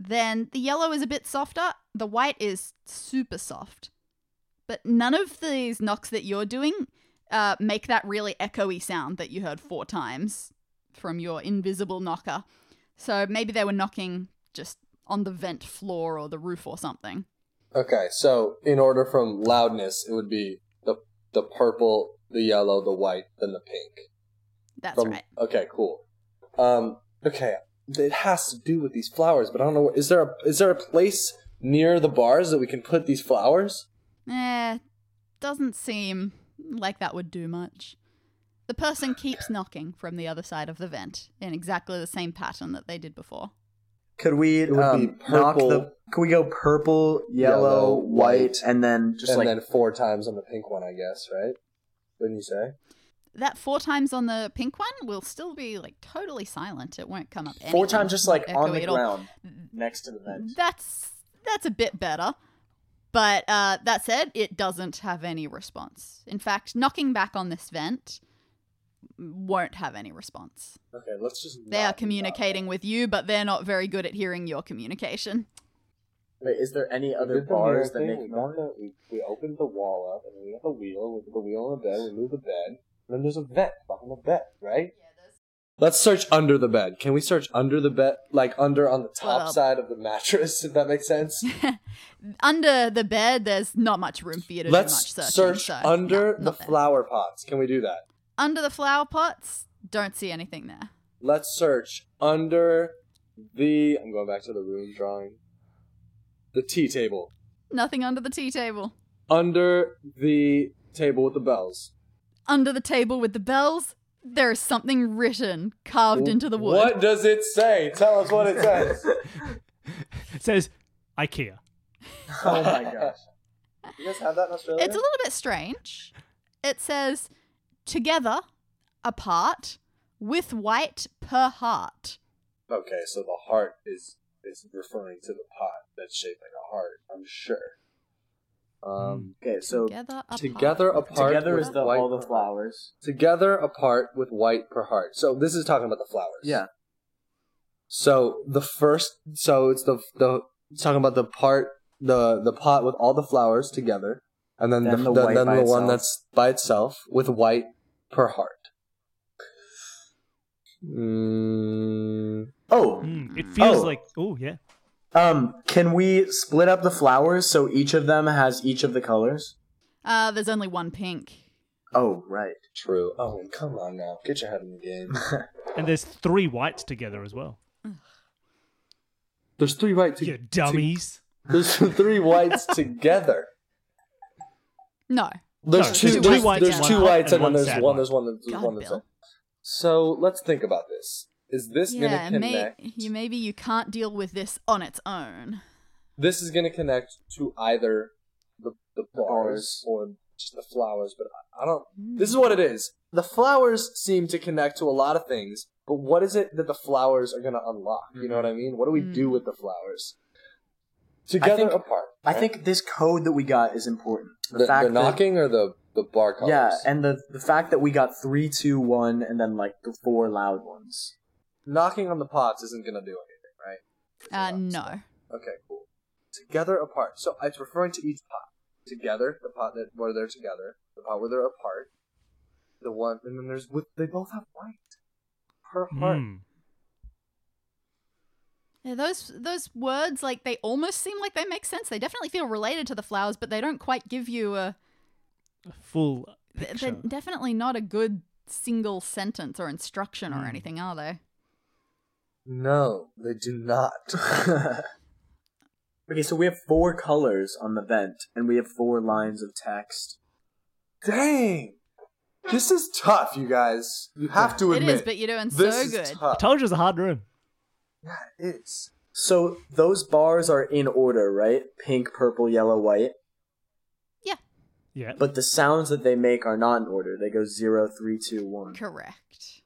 Then the yellow is a bit softer. The white is super soft. But none of these knocks that you're doing uh, make that really echoey sound that you heard four times from your invisible knocker. So maybe they were knocking just on the vent floor or the roof or something. Okay, so in order from loudness, it would be the the purple, the yellow, the white, then the pink. That's From- right. Okay, cool. Um, okay, it has to do with these flowers, but I don't know. Is there a is there a place near the bars that we can put these flowers? Eh, doesn't seem like that would do much. The person keeps knocking from the other side of the vent in exactly the same pattern that they did before. Could we It would um, be knock purple- the- Could we go purple, yellow, Yellow, white, white, and then just and then four times on the pink one, I guess, right? Wouldn't you say? That four times on the pink one will still be like totally silent. It won't come up. four anywhere. times, just like Won't on echo the at all. ground next to the vent. That's that's a bit better. But uh, that said, it doesn't have any response. In fact, knocking back on this vent won't have any response. Okay, let's just. They are communicating with you, but they're not very good at hearing your communication. Wait, is there any other Other bars that we, make done noise? the, we, we opened the wall up, and then we got the wheel. We put the wheel on the bed. We moved the bed, and then there's a vent behind the bed, right? Let's search under the bed. Can we search under the bed, like under on the top Well- side of the mattress? If that makes sense. Under the bed, there's not much room for you to do much Let's searching. search so, under no, the not there. flower pots. Can we do that? Under the flower pots, don't see anything there. Let's search under the. I'm going back to the room drawing. The tea table. Nothing under the tea table. Under the table with the bells. Under the table with the bells, there is something written carved into the wood. What does it say? Tell us what it says. It says IKEA. Oh my gosh. You guys have that in Australia? It's a little bit strange. It says together, apart, with white per heart. okay, so the heart is is referring to the pot that's shaped like a heart. I'm sure. Um, Okay, so Together, apart. Together, apart. together with is the white all the per- flowers. Together apart with white per heart. So this is talking about the flowers. Yeah. So the first, so it's the the it's talking about the part the the pot with all the flowers together, and then, the, Then the the- white then by the one itself. that's by itself with white per heart. Mm, Oh, Mm, it feels Oh. like oh yeah. um, can we split up the flowers so each of them has each of the colors? Uh, there's only one pink. Oh, right. true. Oh, come on now, get your head in the game. And there's three whites together as well. There's three white. To- You dummies. to- there's three whites together. No. There's No, two. there's two there's whites, there's one two hot and whites, and then one there's sad one. one. There's one. There's God, one. That's Bill. So let's think about this. Is this yeah, gonna may- connect? you, maybe you can't deal with this on its own. This is gonna connect to either the the flowers flowers. or just the flowers, but I- I don't. This is what it is. The flowers seem to connect to a lot of things, but what is it that the flowers are gonna unlock? You know Mm. what I mean? What do we do with the flowers? Together think- apart. I right? think this code that we got is important. the, the knocking or the the bar That, colors. yeah, and the the fact that we got three, two, one, and then like the four loud ones. knocking on the pots isn't gonna do anything, right? Uh, no. Okay, cool. Together apart. So it's referring to each pot. Together, the pot that where they're together, the pot where they're apart, the one, and then there's with they both have white per heart. Mm. Yeah, those those words, like they almost seem like they make sense. They definitely feel related to the flowers, but they don't quite give you a. A Full th- picture. They're definitely not a good single sentence or instruction or Mm. anything, are they? No, they do not. Okay, so we have four colors on the vent, and we have four lines of text. Dang, this is tough, you guys. You have to it admit is, but you're doing this so is good. I tough. told you it was a hard room. Yeah, it is. So those bars are in order, right? Pink, purple, yellow, white. Yeah, Yeah. But the sounds that they make are not in order. They go zero, three, two, one. correct.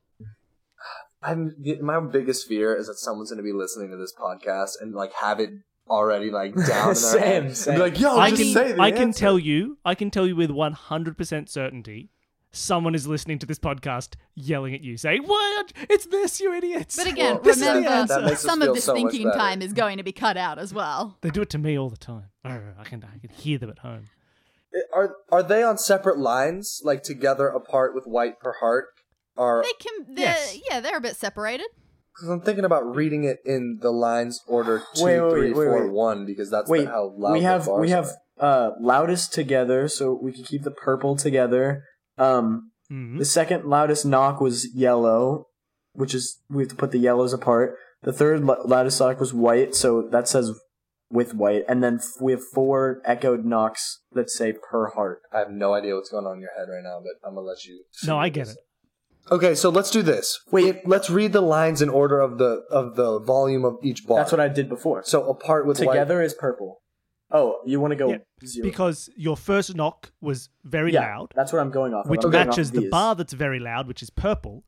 I'm my biggest fear is that someone's going to be listening to this podcast and like have it already like down. in their Same, head. And same. Be like, Oh, yo, I just can say the I can answer." tell you I can tell you with one hundred percent certainty someone is listening to this podcast yelling at you saying, What it's this, you idiots. But again, this is the remember, answer. That makes us some of feel this so much thinking better. time is going to be cut out as well. they do it to me all the time. Arr, I can I can hear them at home. Are are they on separate lines, like together apart with white per heart? Or They can, they're, Yes. yeah, they're a bit separated. because I'm thinking about reading it in the lines order two, three, Wait, four, wait, one, wait, wait, wait. because that's Wait, the, how loud we the have bars we have are. uh, loudest together, so we can keep the purple together. Um, Hmm? Mhm. The second loudest knock was yellow, which is we have to put the yellows apart. The third lo- loudest knock was white, so that says with white, and then f- we have four echoed knocks that say per heart. I have no idea what's going on in your head right now, but I'm gonna let you. No, I get it. Okay, so let's do this. Wait, let's read the lines in order of the of the volume of each bar. That's what I did before. So So apart with white- together is purple. Oh, you want to go Yeah, zero? Because your first knock was very yeah, loud, That's what I'm going off. of. which I'm going off matches of the these. bar that's very loud, which is purple.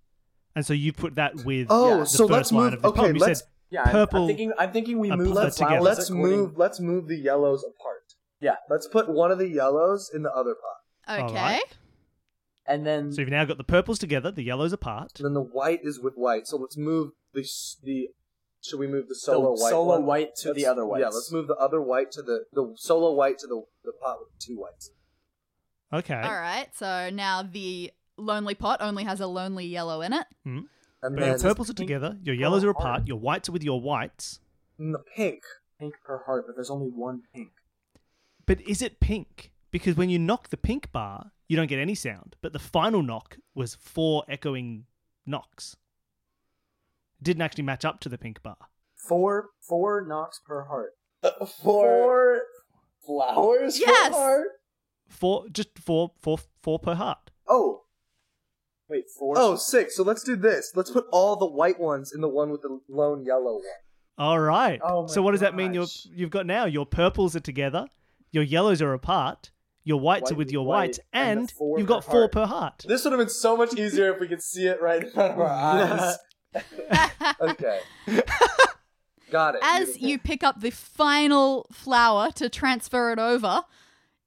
And so you put that with Oh, the so first let's line move. of the okay, poem. You let's said Yeah, I'm- I'm, purple thinking. I'm thinking we and move purple the together. flowers let's according- move let's move the yellows apart. Yeah, Let's put one of the yellows in the other pot. All Okay. right. and then So you've now got the purples together, the yellows apart. And then the white is with white. So let's move the s- the. Should we move the solo The white? solo one? white to the Let's- other Yeah, whites. let's move the other white to the the solo white to the the pot with two whites. Okay. All right. So now the lonely pot only has a lonely yellow in it. And But your then purples are together, your yellows Oh, are apart, your whites are with your whites. in the pink. Pink per heart, but there's only one pink. But is it pink? Because when you knock the pink bar, you don't get any sound. But the final knock was four echoing knocks. Didn't actually match up to the pink bar. Four four knocks per heart. Uh, four flowers. per Yes! heart? Four, just four, four, four per heart. Oh. Wait, four. Oh, six. So let's do this. Let's put all the white ones in the one with the lone yellow one. All right. Oh my so what does that mean? Your gosh. you've got now your purples are together, your yellows are apart, your whites are White with with your white, whites, and the and, four you've per got four heart. per heart. This would have been so much easier if we could see it right in front of our eyes. okay. Got it. As Beautiful. you pick up the final flower to transfer it over,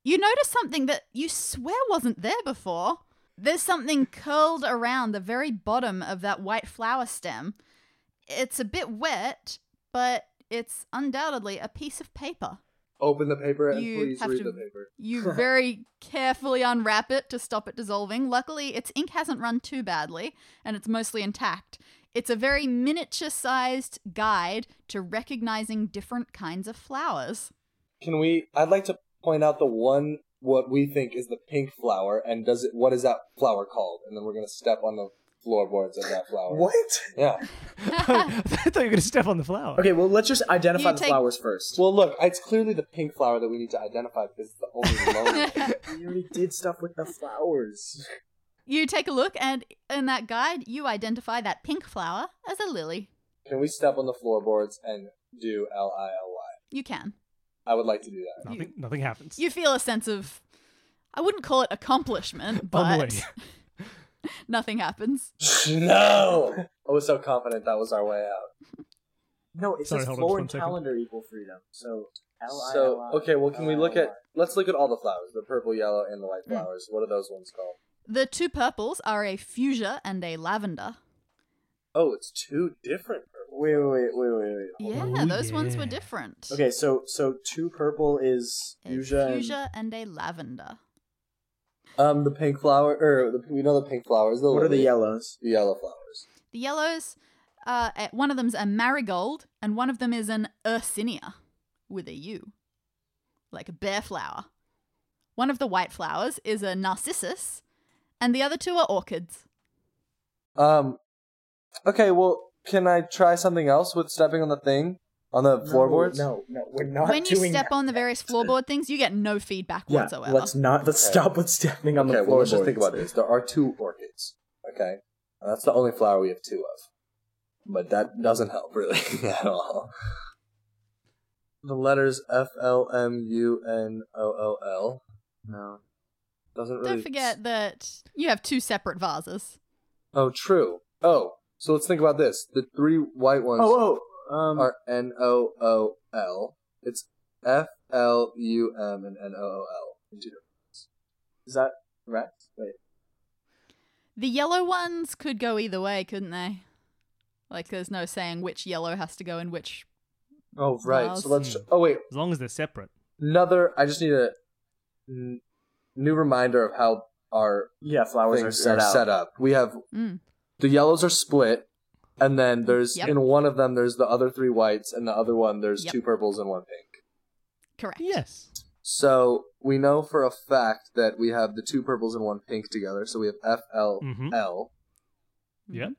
you notice something that you swear wasn't there before. There's something curled around the very bottom of that white flower stem. It's a bit wet, but it's undoubtedly a piece of paper. open the paper and You please have read to- the paper. You very carefully unwrap it to stop it dissolving. Luckily, its ink hasn't run too badly and it's mostly intact. It's a very miniature sized guide to recognizing different kinds of flowers. Can we? I'd like to point out the one what we think is the pink flower, and does it? What is that flower called? And then we're gonna step on the floorboards of that flower. What? Yeah. I thought you were going to step on the flower. Okay, well, let's just identify You the take- flowers first. Well, look, it's clearly the pink flower that we need to identify because it's the only lone. one. We already did stuff with the flowers. You take a look, and in that guide, you identify that pink flower as a lily. Can we step on the floorboards and do L I L Y? You can. I would like to do that. Nothing, nothing happens. You feel a sense of, I wouldn't call it accomplishment, Bumbling. but nothing happens. no! I was so confident that was our way out. No, it Sorry, says hold on floor just one and second. calendar equal freedom. So L I L So, I, okay, well, can we look L I L at. Let's look at all the flowers the purple, yellow, and the white Mm. flowers. What are those ones called? The two purples are a fuchsia and a lavender. Oh, it's two different purple. I? Wait, wait, wait, wait, wait, wait. hold Yeah, on. Oh, those ones were yeah. different. Okay, so so two purple is A fuchsia. and- fuchsia and a lavender. Um, the pink flower, or the, we know the pink flowers. The What are the lily, yellows? The yellow flowers. The yellows, uh, eh, one of them's a marigold, and one of them is an ursinia with a U, like a bear flower. One of the white flowers is a narcissus, and the other two are orchids. Um, okay, well, can I try something else with stepping on the thing on the floorboards? No, no, we're not when you doing step that. on the various floorboard things, you get no feedback yeah, whatsoever. let's not. Let's Okay. stop with stepping on okay, the well, floorboards. let's just think about this. There are two orchids. Okay, And that's the only flower we have two of, but that doesn't help really at all. The letters F L M U N O O L No. doesn't really. Don't forget that you have two separate vases. Oh, true. Oh, so let's think about this. The three white ones Oh, oh. Um, are N O O L. It's F L U M and N O O L. is that correct? Wait. The yellow ones could go either way, couldn't they? Like, there's no saying which yellow has to go in which. Oh, right. So let's. Awesome. Oh, wait. As long as they're separate. another i just need a n- new reminder of how our Yeah, flowers things are set out. up we have Mm. the yellows are split and then there's Yep. in one of them there's the other three whites and the other one there's Yep. two purples and one pink Correct. Yes. so we know for a fact that we have the two purples and one pink together so we have f l Mm-hmm. l Yep.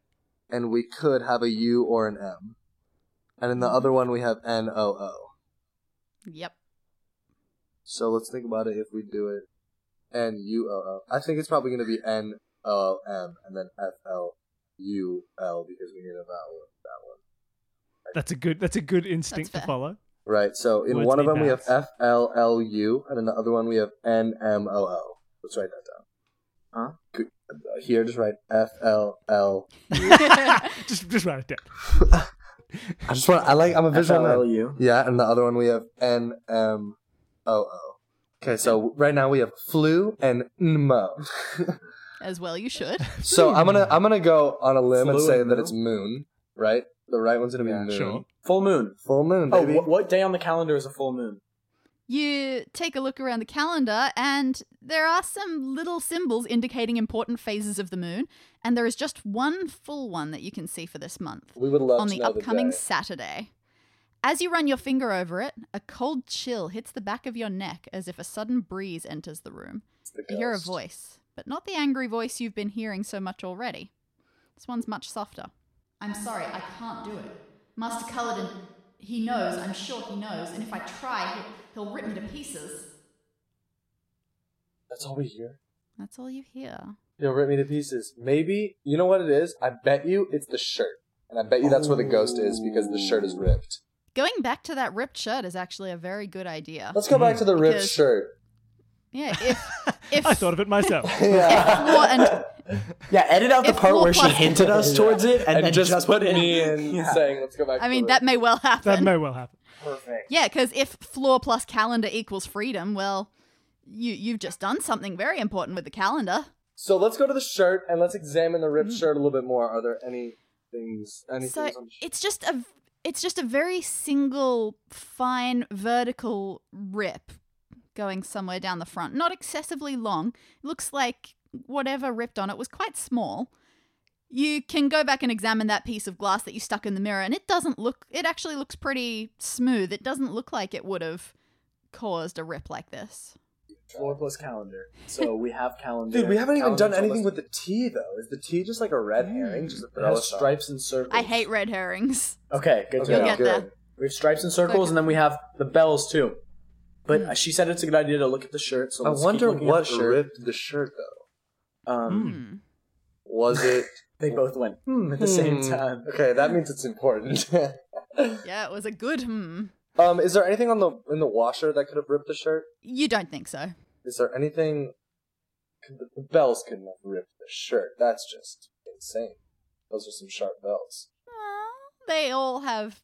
and we could have a u or an m and in the other one we have n o o Yep. So let's think about it if we do it N U O O. I think it's probably going to be N O M and then F L U L because we need a vowel in that one. That's a good. That's a good instinct to fair. follow. Right, so in Words one of need them we have vowels. F L L U and in the other one we have N M O O. Let's write that down. Huh? Good. Uh, Here, just write F L L. just just write it down. I just want. I like. I'm a visual man. FLLU. Yeah, and the other one we have N M O O. Okay, so right now we have flu and nmo. As well, you should. So I'm gonna I'm gonna go on a limb and Fluid say that moon. it's moon, right? The right one's gonna be Yeah, moon. Sure. Full moon. Full moon, Oh, baby. wh- what day on the calendar is a full moon? you take a look around the calendar, and there are some little symbols indicating important phases of the moon, and there is just one full one that you can see for this month We would love on to the know upcoming day. Saturday. As you run your finger over it, a cold chill hits the back of your neck as if a sudden breeze enters the room. It's the You hear a ghost. voice, but not the angry voice you've been hearing so much already. This one's much softer. I'm sorry, I can't do it. Master Culloden, he knows, I'm sure he knows, and if I try, he'll, he'll rip me to pieces. That's all we hear. That's all you hear. He'll rip me to pieces. Maybe you know what it is. I bet you it's the shirt, and I bet you that's where the ghost is because the shirt is ripped. Going back to that ripped shirt is actually a very good idea. Let's go back to the ripped Because- shirt. Yeah, if if I thought of it myself. Yeah. Law and Yeah, edit out the If part more where she plus- hinted us towards it, and, then just, put in. me in Yeah. saying, "Let's go back." I to mean the that may well happen. that may well happen. perfect. Yeah, because if floor plus calendar equals freedom, well, you you've just done something very important with the calendar. So let's go to the shirt and let's examine the ripped shirt a little bit more. Are there any things? Any Mm. So things on the shirt? it's just a it's just a very single fine vertical rip going somewhere down the front. Not excessively long. Looks like whatever ripped on it was quite small. You can go back and examine that piece of glass that you stuck in the mirror and it doesn't look it actually looks pretty smooth. It doesn't look like it would have caused a rip like this. Floor plus calendar. So we have calendar. Dude, we haven't even Calendar done told anything us- with the T though. Is the T just like a red herring? Just to It throw has us off? stripes and circles. I hate red herrings. Okay, good to You'll know. get there. We have stripes and circles, and then we have the bells too. But uh she said it's a good idea to look at the shirt. So I let's keep wonder looking at what the shirt. ripped the shirt though. Um, Hmm. Was it they both went hmm at the same Hmm. time. Okay, that means it's important. Yeah, it was a good hmm. um, is there anything on the in the washer that could have ripped the shirt? You don't think so. Is there anything? could The the bells couldn't have ripped the shirt. That's just insane. Those are some sharp bells. Well, they all have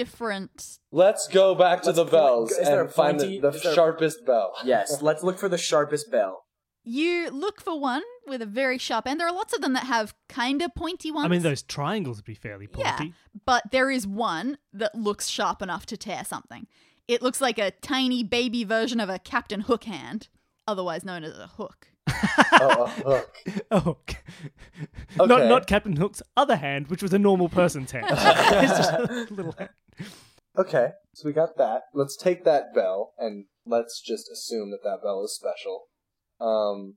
different. Let's go back to Let's the point- bells is there a and find the, pointy- the is there- sharpest bell. Yes, let's look for the sharpest bell. You look for one with a very sharp end. There are lots of them that have kind of pointy ones. I mean, those triangles would be fairly Yeah. pointy. But there is one that looks sharp enough to tear something. It looks like a tiny baby version of a Captain Hook hand, otherwise known as a hook. oh, a hook. Oh, okay. Okay. not not Captain Hook's other hand, which was a normal person's hand. it's just a little hand. Okay, so we got that. Let's take that bell and let's just assume that that bell is special. Um,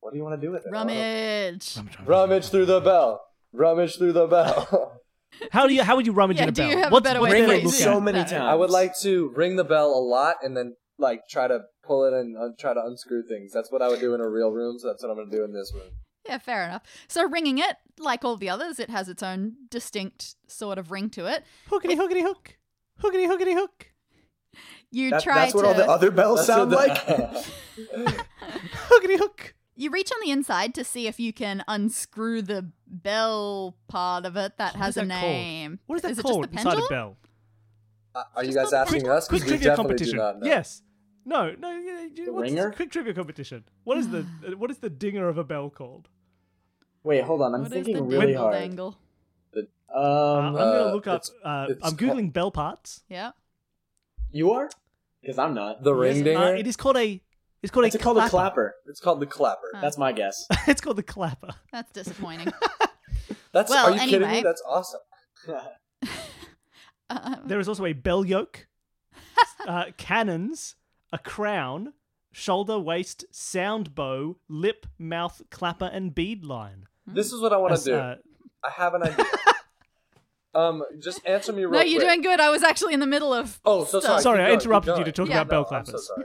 what do you want to do with it? I don't know. Rummage. Rummage through the bell. Rummage through the bell. How do you? How would you rummage Yeah, in a do bell? you have a what's, better what's way there to to phrase look it? so at? many That- times. I would like to ring the bell a lot and then like try to pull it and uh, try to unscrew things. That's what I would do in a real room. So that's what I'm gonna do in this room. Yeah, fair enough. So ringing it, like all the others, it has its own distinct sort of ring to it. Hookity hookity hook. Hookity hookity hook. You That- try that's to what all the other That's bells sound what like. the- Hookity hook. You reach on the inside to see if you can unscrew the bell part of it that What has is a that called? name. What is that it called just the inside pendulum? a bell? Uh, Are you guys Just not asking us? Quick Because we trivia definitely do competition. not know. Yes. No, no. yeah, yeah, The what's- ringer? Quick trivia competition. What is the what is the dinger of a bell called? Wait, hold on. I'm What is the thinking really dimple hard. dangle? Uh, I'm Um, gonna uh, look up. it's- Uh, it's I'm called- googling bell parts. Yeah. you are? Because I'm not. The ring Yes, dinger. uh, it is called a. It's called It's a called a clapper. clapper. It's called the clapper. Uh, That's my guess. it's called the clapper. That's disappointing. That's Well, are you kidding me? anyway. That's awesome. Uh, There is also a bell yoke, uh, cannons, a crown, shoulder, waist, sound bow, lip, mouth, clapper, and bead line. Hmm. This is what I want As, to do. uh, I have an idea. um, just answer me real no, quick. you're doing good. I was actually in the middle of. Oh, so sorry. Sorry, keep I going, interrupted keep you to going. talk Yeah. about bell No, I'm so clappers. sorry.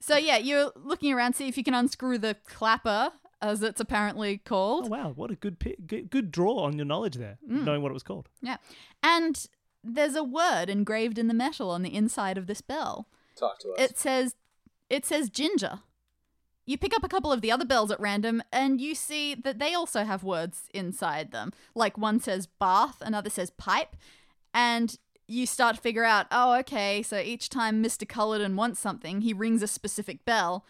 So yeah, you're looking around, see if you can unscrew the clapper, as it's apparently called. Oh wow, what a good pi- good, good draw on your knowledge there, knowing what it was called. Yeah. And there's a word engraved in the metal on the inside of this bell. Talk to us. It says it says ginger. You pick up a couple of the other bells at random and you see that they also have words inside them. Like one says bath, another says pipe, and you start to figure out, oh okay, so each time Mr. Culloden wants something, he rings a specific bell.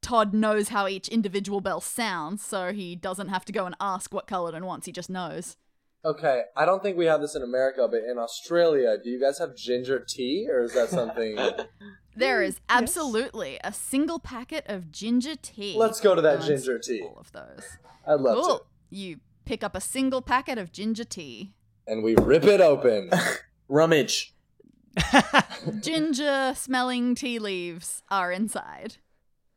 Todd knows how each individual bell sounds, so he doesn't have to go and ask what Culloden wants, he just knows. Okay, I don't think we have this in America, but in Australia, do you guys have ginger tea, or is that something? There is absolutely a single packet of ginger tea. Let's go to that amongst ginger tea. All of those. I'd love cool. You pick up a single packet of ginger tea. to. And we rip it open. Rummage. Ginger smelling tea leaves are inside.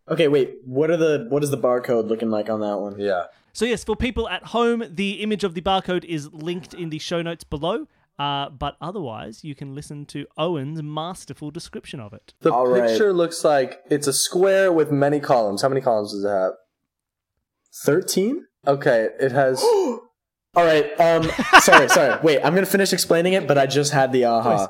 Okay, wait. What are the what is the barcode looking like on that one? yeah. So, yes, for people at home, the image of the barcode is linked in the show notes below. Uh, but otherwise, you can listen to Owen's masterful description of it. The All right. picture looks like it's a square with many columns. How many columns does it have? Thirteen. Okay, it has. All right. Um. sorry. Sorry. Wait. I'm gonna finish explaining it, but I just had the aha.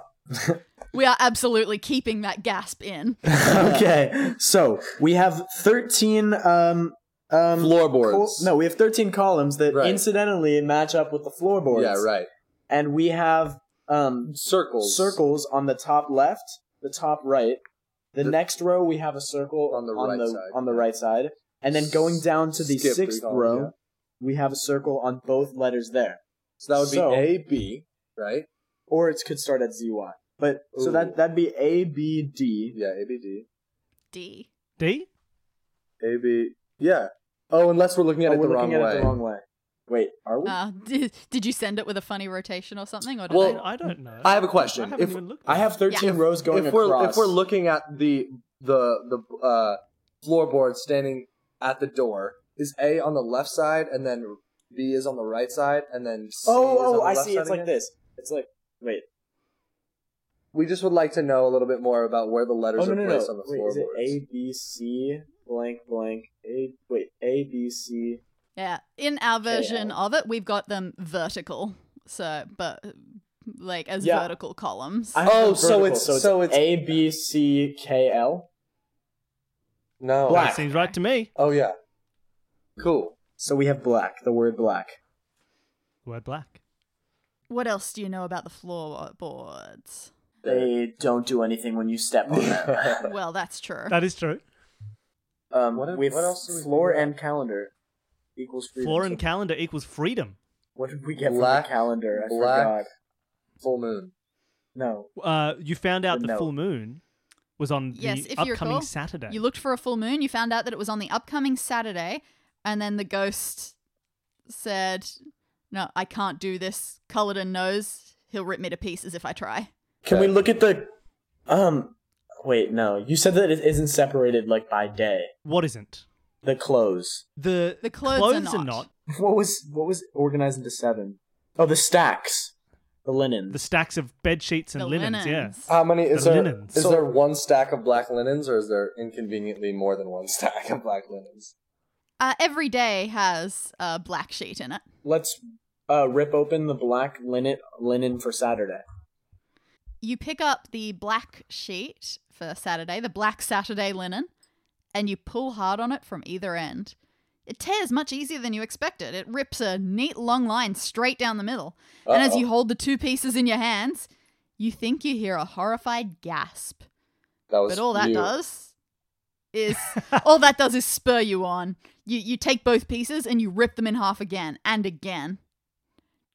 We are absolutely keeping that gasp in. okay. So we have thirteen. Um. Um. Floorboards. col- no, we have thirteen columns that Right. incidentally match up with the floorboards. Yeah, right. And we have um Circles. circles on the top left, the top right. The, The- next row we have a circle On the on right the, side. on the right side, and then going down to the Skip three sixth columns, row, yeah. we have a circle on both letters there, So that would be So- A, B, right? or it could start at zy. But so Ooh. that that'd be A B D. Yeah, A, B, D. D. D? A, B. Yeah. Oh, unless we're looking at Oh, it we're the wrong looking at way. it the wrong way. Wait, are we? Uh, did, did you send it with a funny rotation or something? Or did Well, I- I don't know. I have a I question. haven't If even looked I at have thirteen rows going if we're across. if we're looking at the the the uh, floorboard standing at the door, is A on the left side and then B is on the right side and then C is on oh, the oh, I left see. side It's like again? this. It's like wait. We just would like to know a little bit more about where the letters Oh no are no no. placed on the Wait, is floorboards. it A B C blank blank A? Wait, A B C. yeah. In our version L. of it, we've got them vertical. So, but like as Yeah. vertical columns. I have Oh, them so vertical, it's- so it's so it's- A B C K L. No. That Black. seems right to me. Oh yeah. Cool. So we have black, the word black. Word black. What else do you know about the floorboards? They don't do anything when you step on them. well, that's true. That is true. um, What- with what else do we floor figure out? and calendar equals freedom. Floor So and calendar equals freedom. What did we get Black- from the calendar? I black- forgot. Full moon. No. Uh, you found out the No. full moon was on Yes, the if you upcoming recall, Saturday. You looked for a full moon, you found out that it was on the upcoming Saturday, and then the ghost said, No, I can't do this. Culloden knows he'll rip me to pieces if I try. Can we Okay. look at the? Um, wait, no. You said that it isn't separated like by day. what isn't? The clothes. The, The clothes are not. What was what was organized into seven? Oh, the stacks, the linens. The stacks of bed sheets and the linens, linens. How many is The there? Is linens. Is there one stack of black linens, or is there inconveniently more than one stack of black linens? Uh, every day has a black sheet in it. Let's uh, rip open the black linen linen for Saturday. You pick up the black sheet for Saturday, the black Saturday linen, and you pull hard on it from either end. It tears much easier than you expected. It rips a neat long line straight down the middle. And as Uh-oh. you hold the two pieces in your hands, you think you hear a horrified gasp. that was But all that you. does is all that does is spur you on. You you take both pieces and you rip them in half again and again.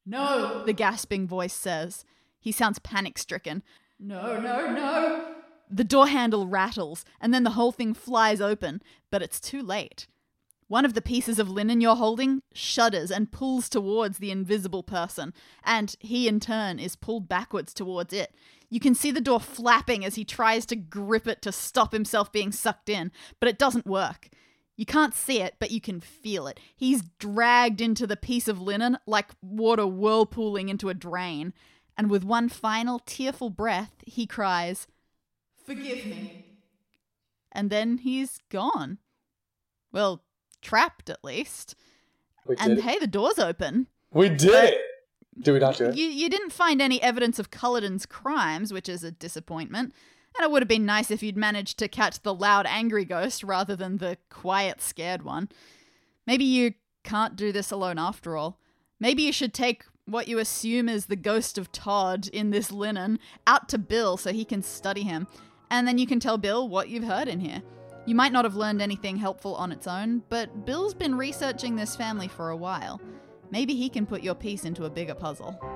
No, the gasping voice says. He sounds panic-stricken. No, no, no. The door handle rattles and then the whole thing flies open, but it's too late. One of the pieces of linen you're holding shudders and pulls towards the invisible person, and he in turn is pulled backwards towards it. You can see the door flapping as he tries to grip it to stop himself being sucked in, but it doesn't work. You can't see it, but you can feel it. He's dragged into the piece of linen like water whirlpooling into a drain, and with one final tearful breath, he cries, Forgive me. And then he's gone. Well, trapped at least. We did And it. hey, the door's open. We did it. Do we not do it? You, you didn't find any evidence of Culloden's crimes, which is a disappointment. And it would have been nice if you'd managed to catch the loud, angry ghost rather than the quiet, scared one. Maybe you can't do this alone after all. Maybe you should take what you assume is the ghost of Todd in this linen out to Bill so he can study him, and then you can tell Bill what you've heard in here. You might not have learned anything helpful on its own, but Bill's been researching this family for a while. Maybe he can put your piece into a bigger puzzle.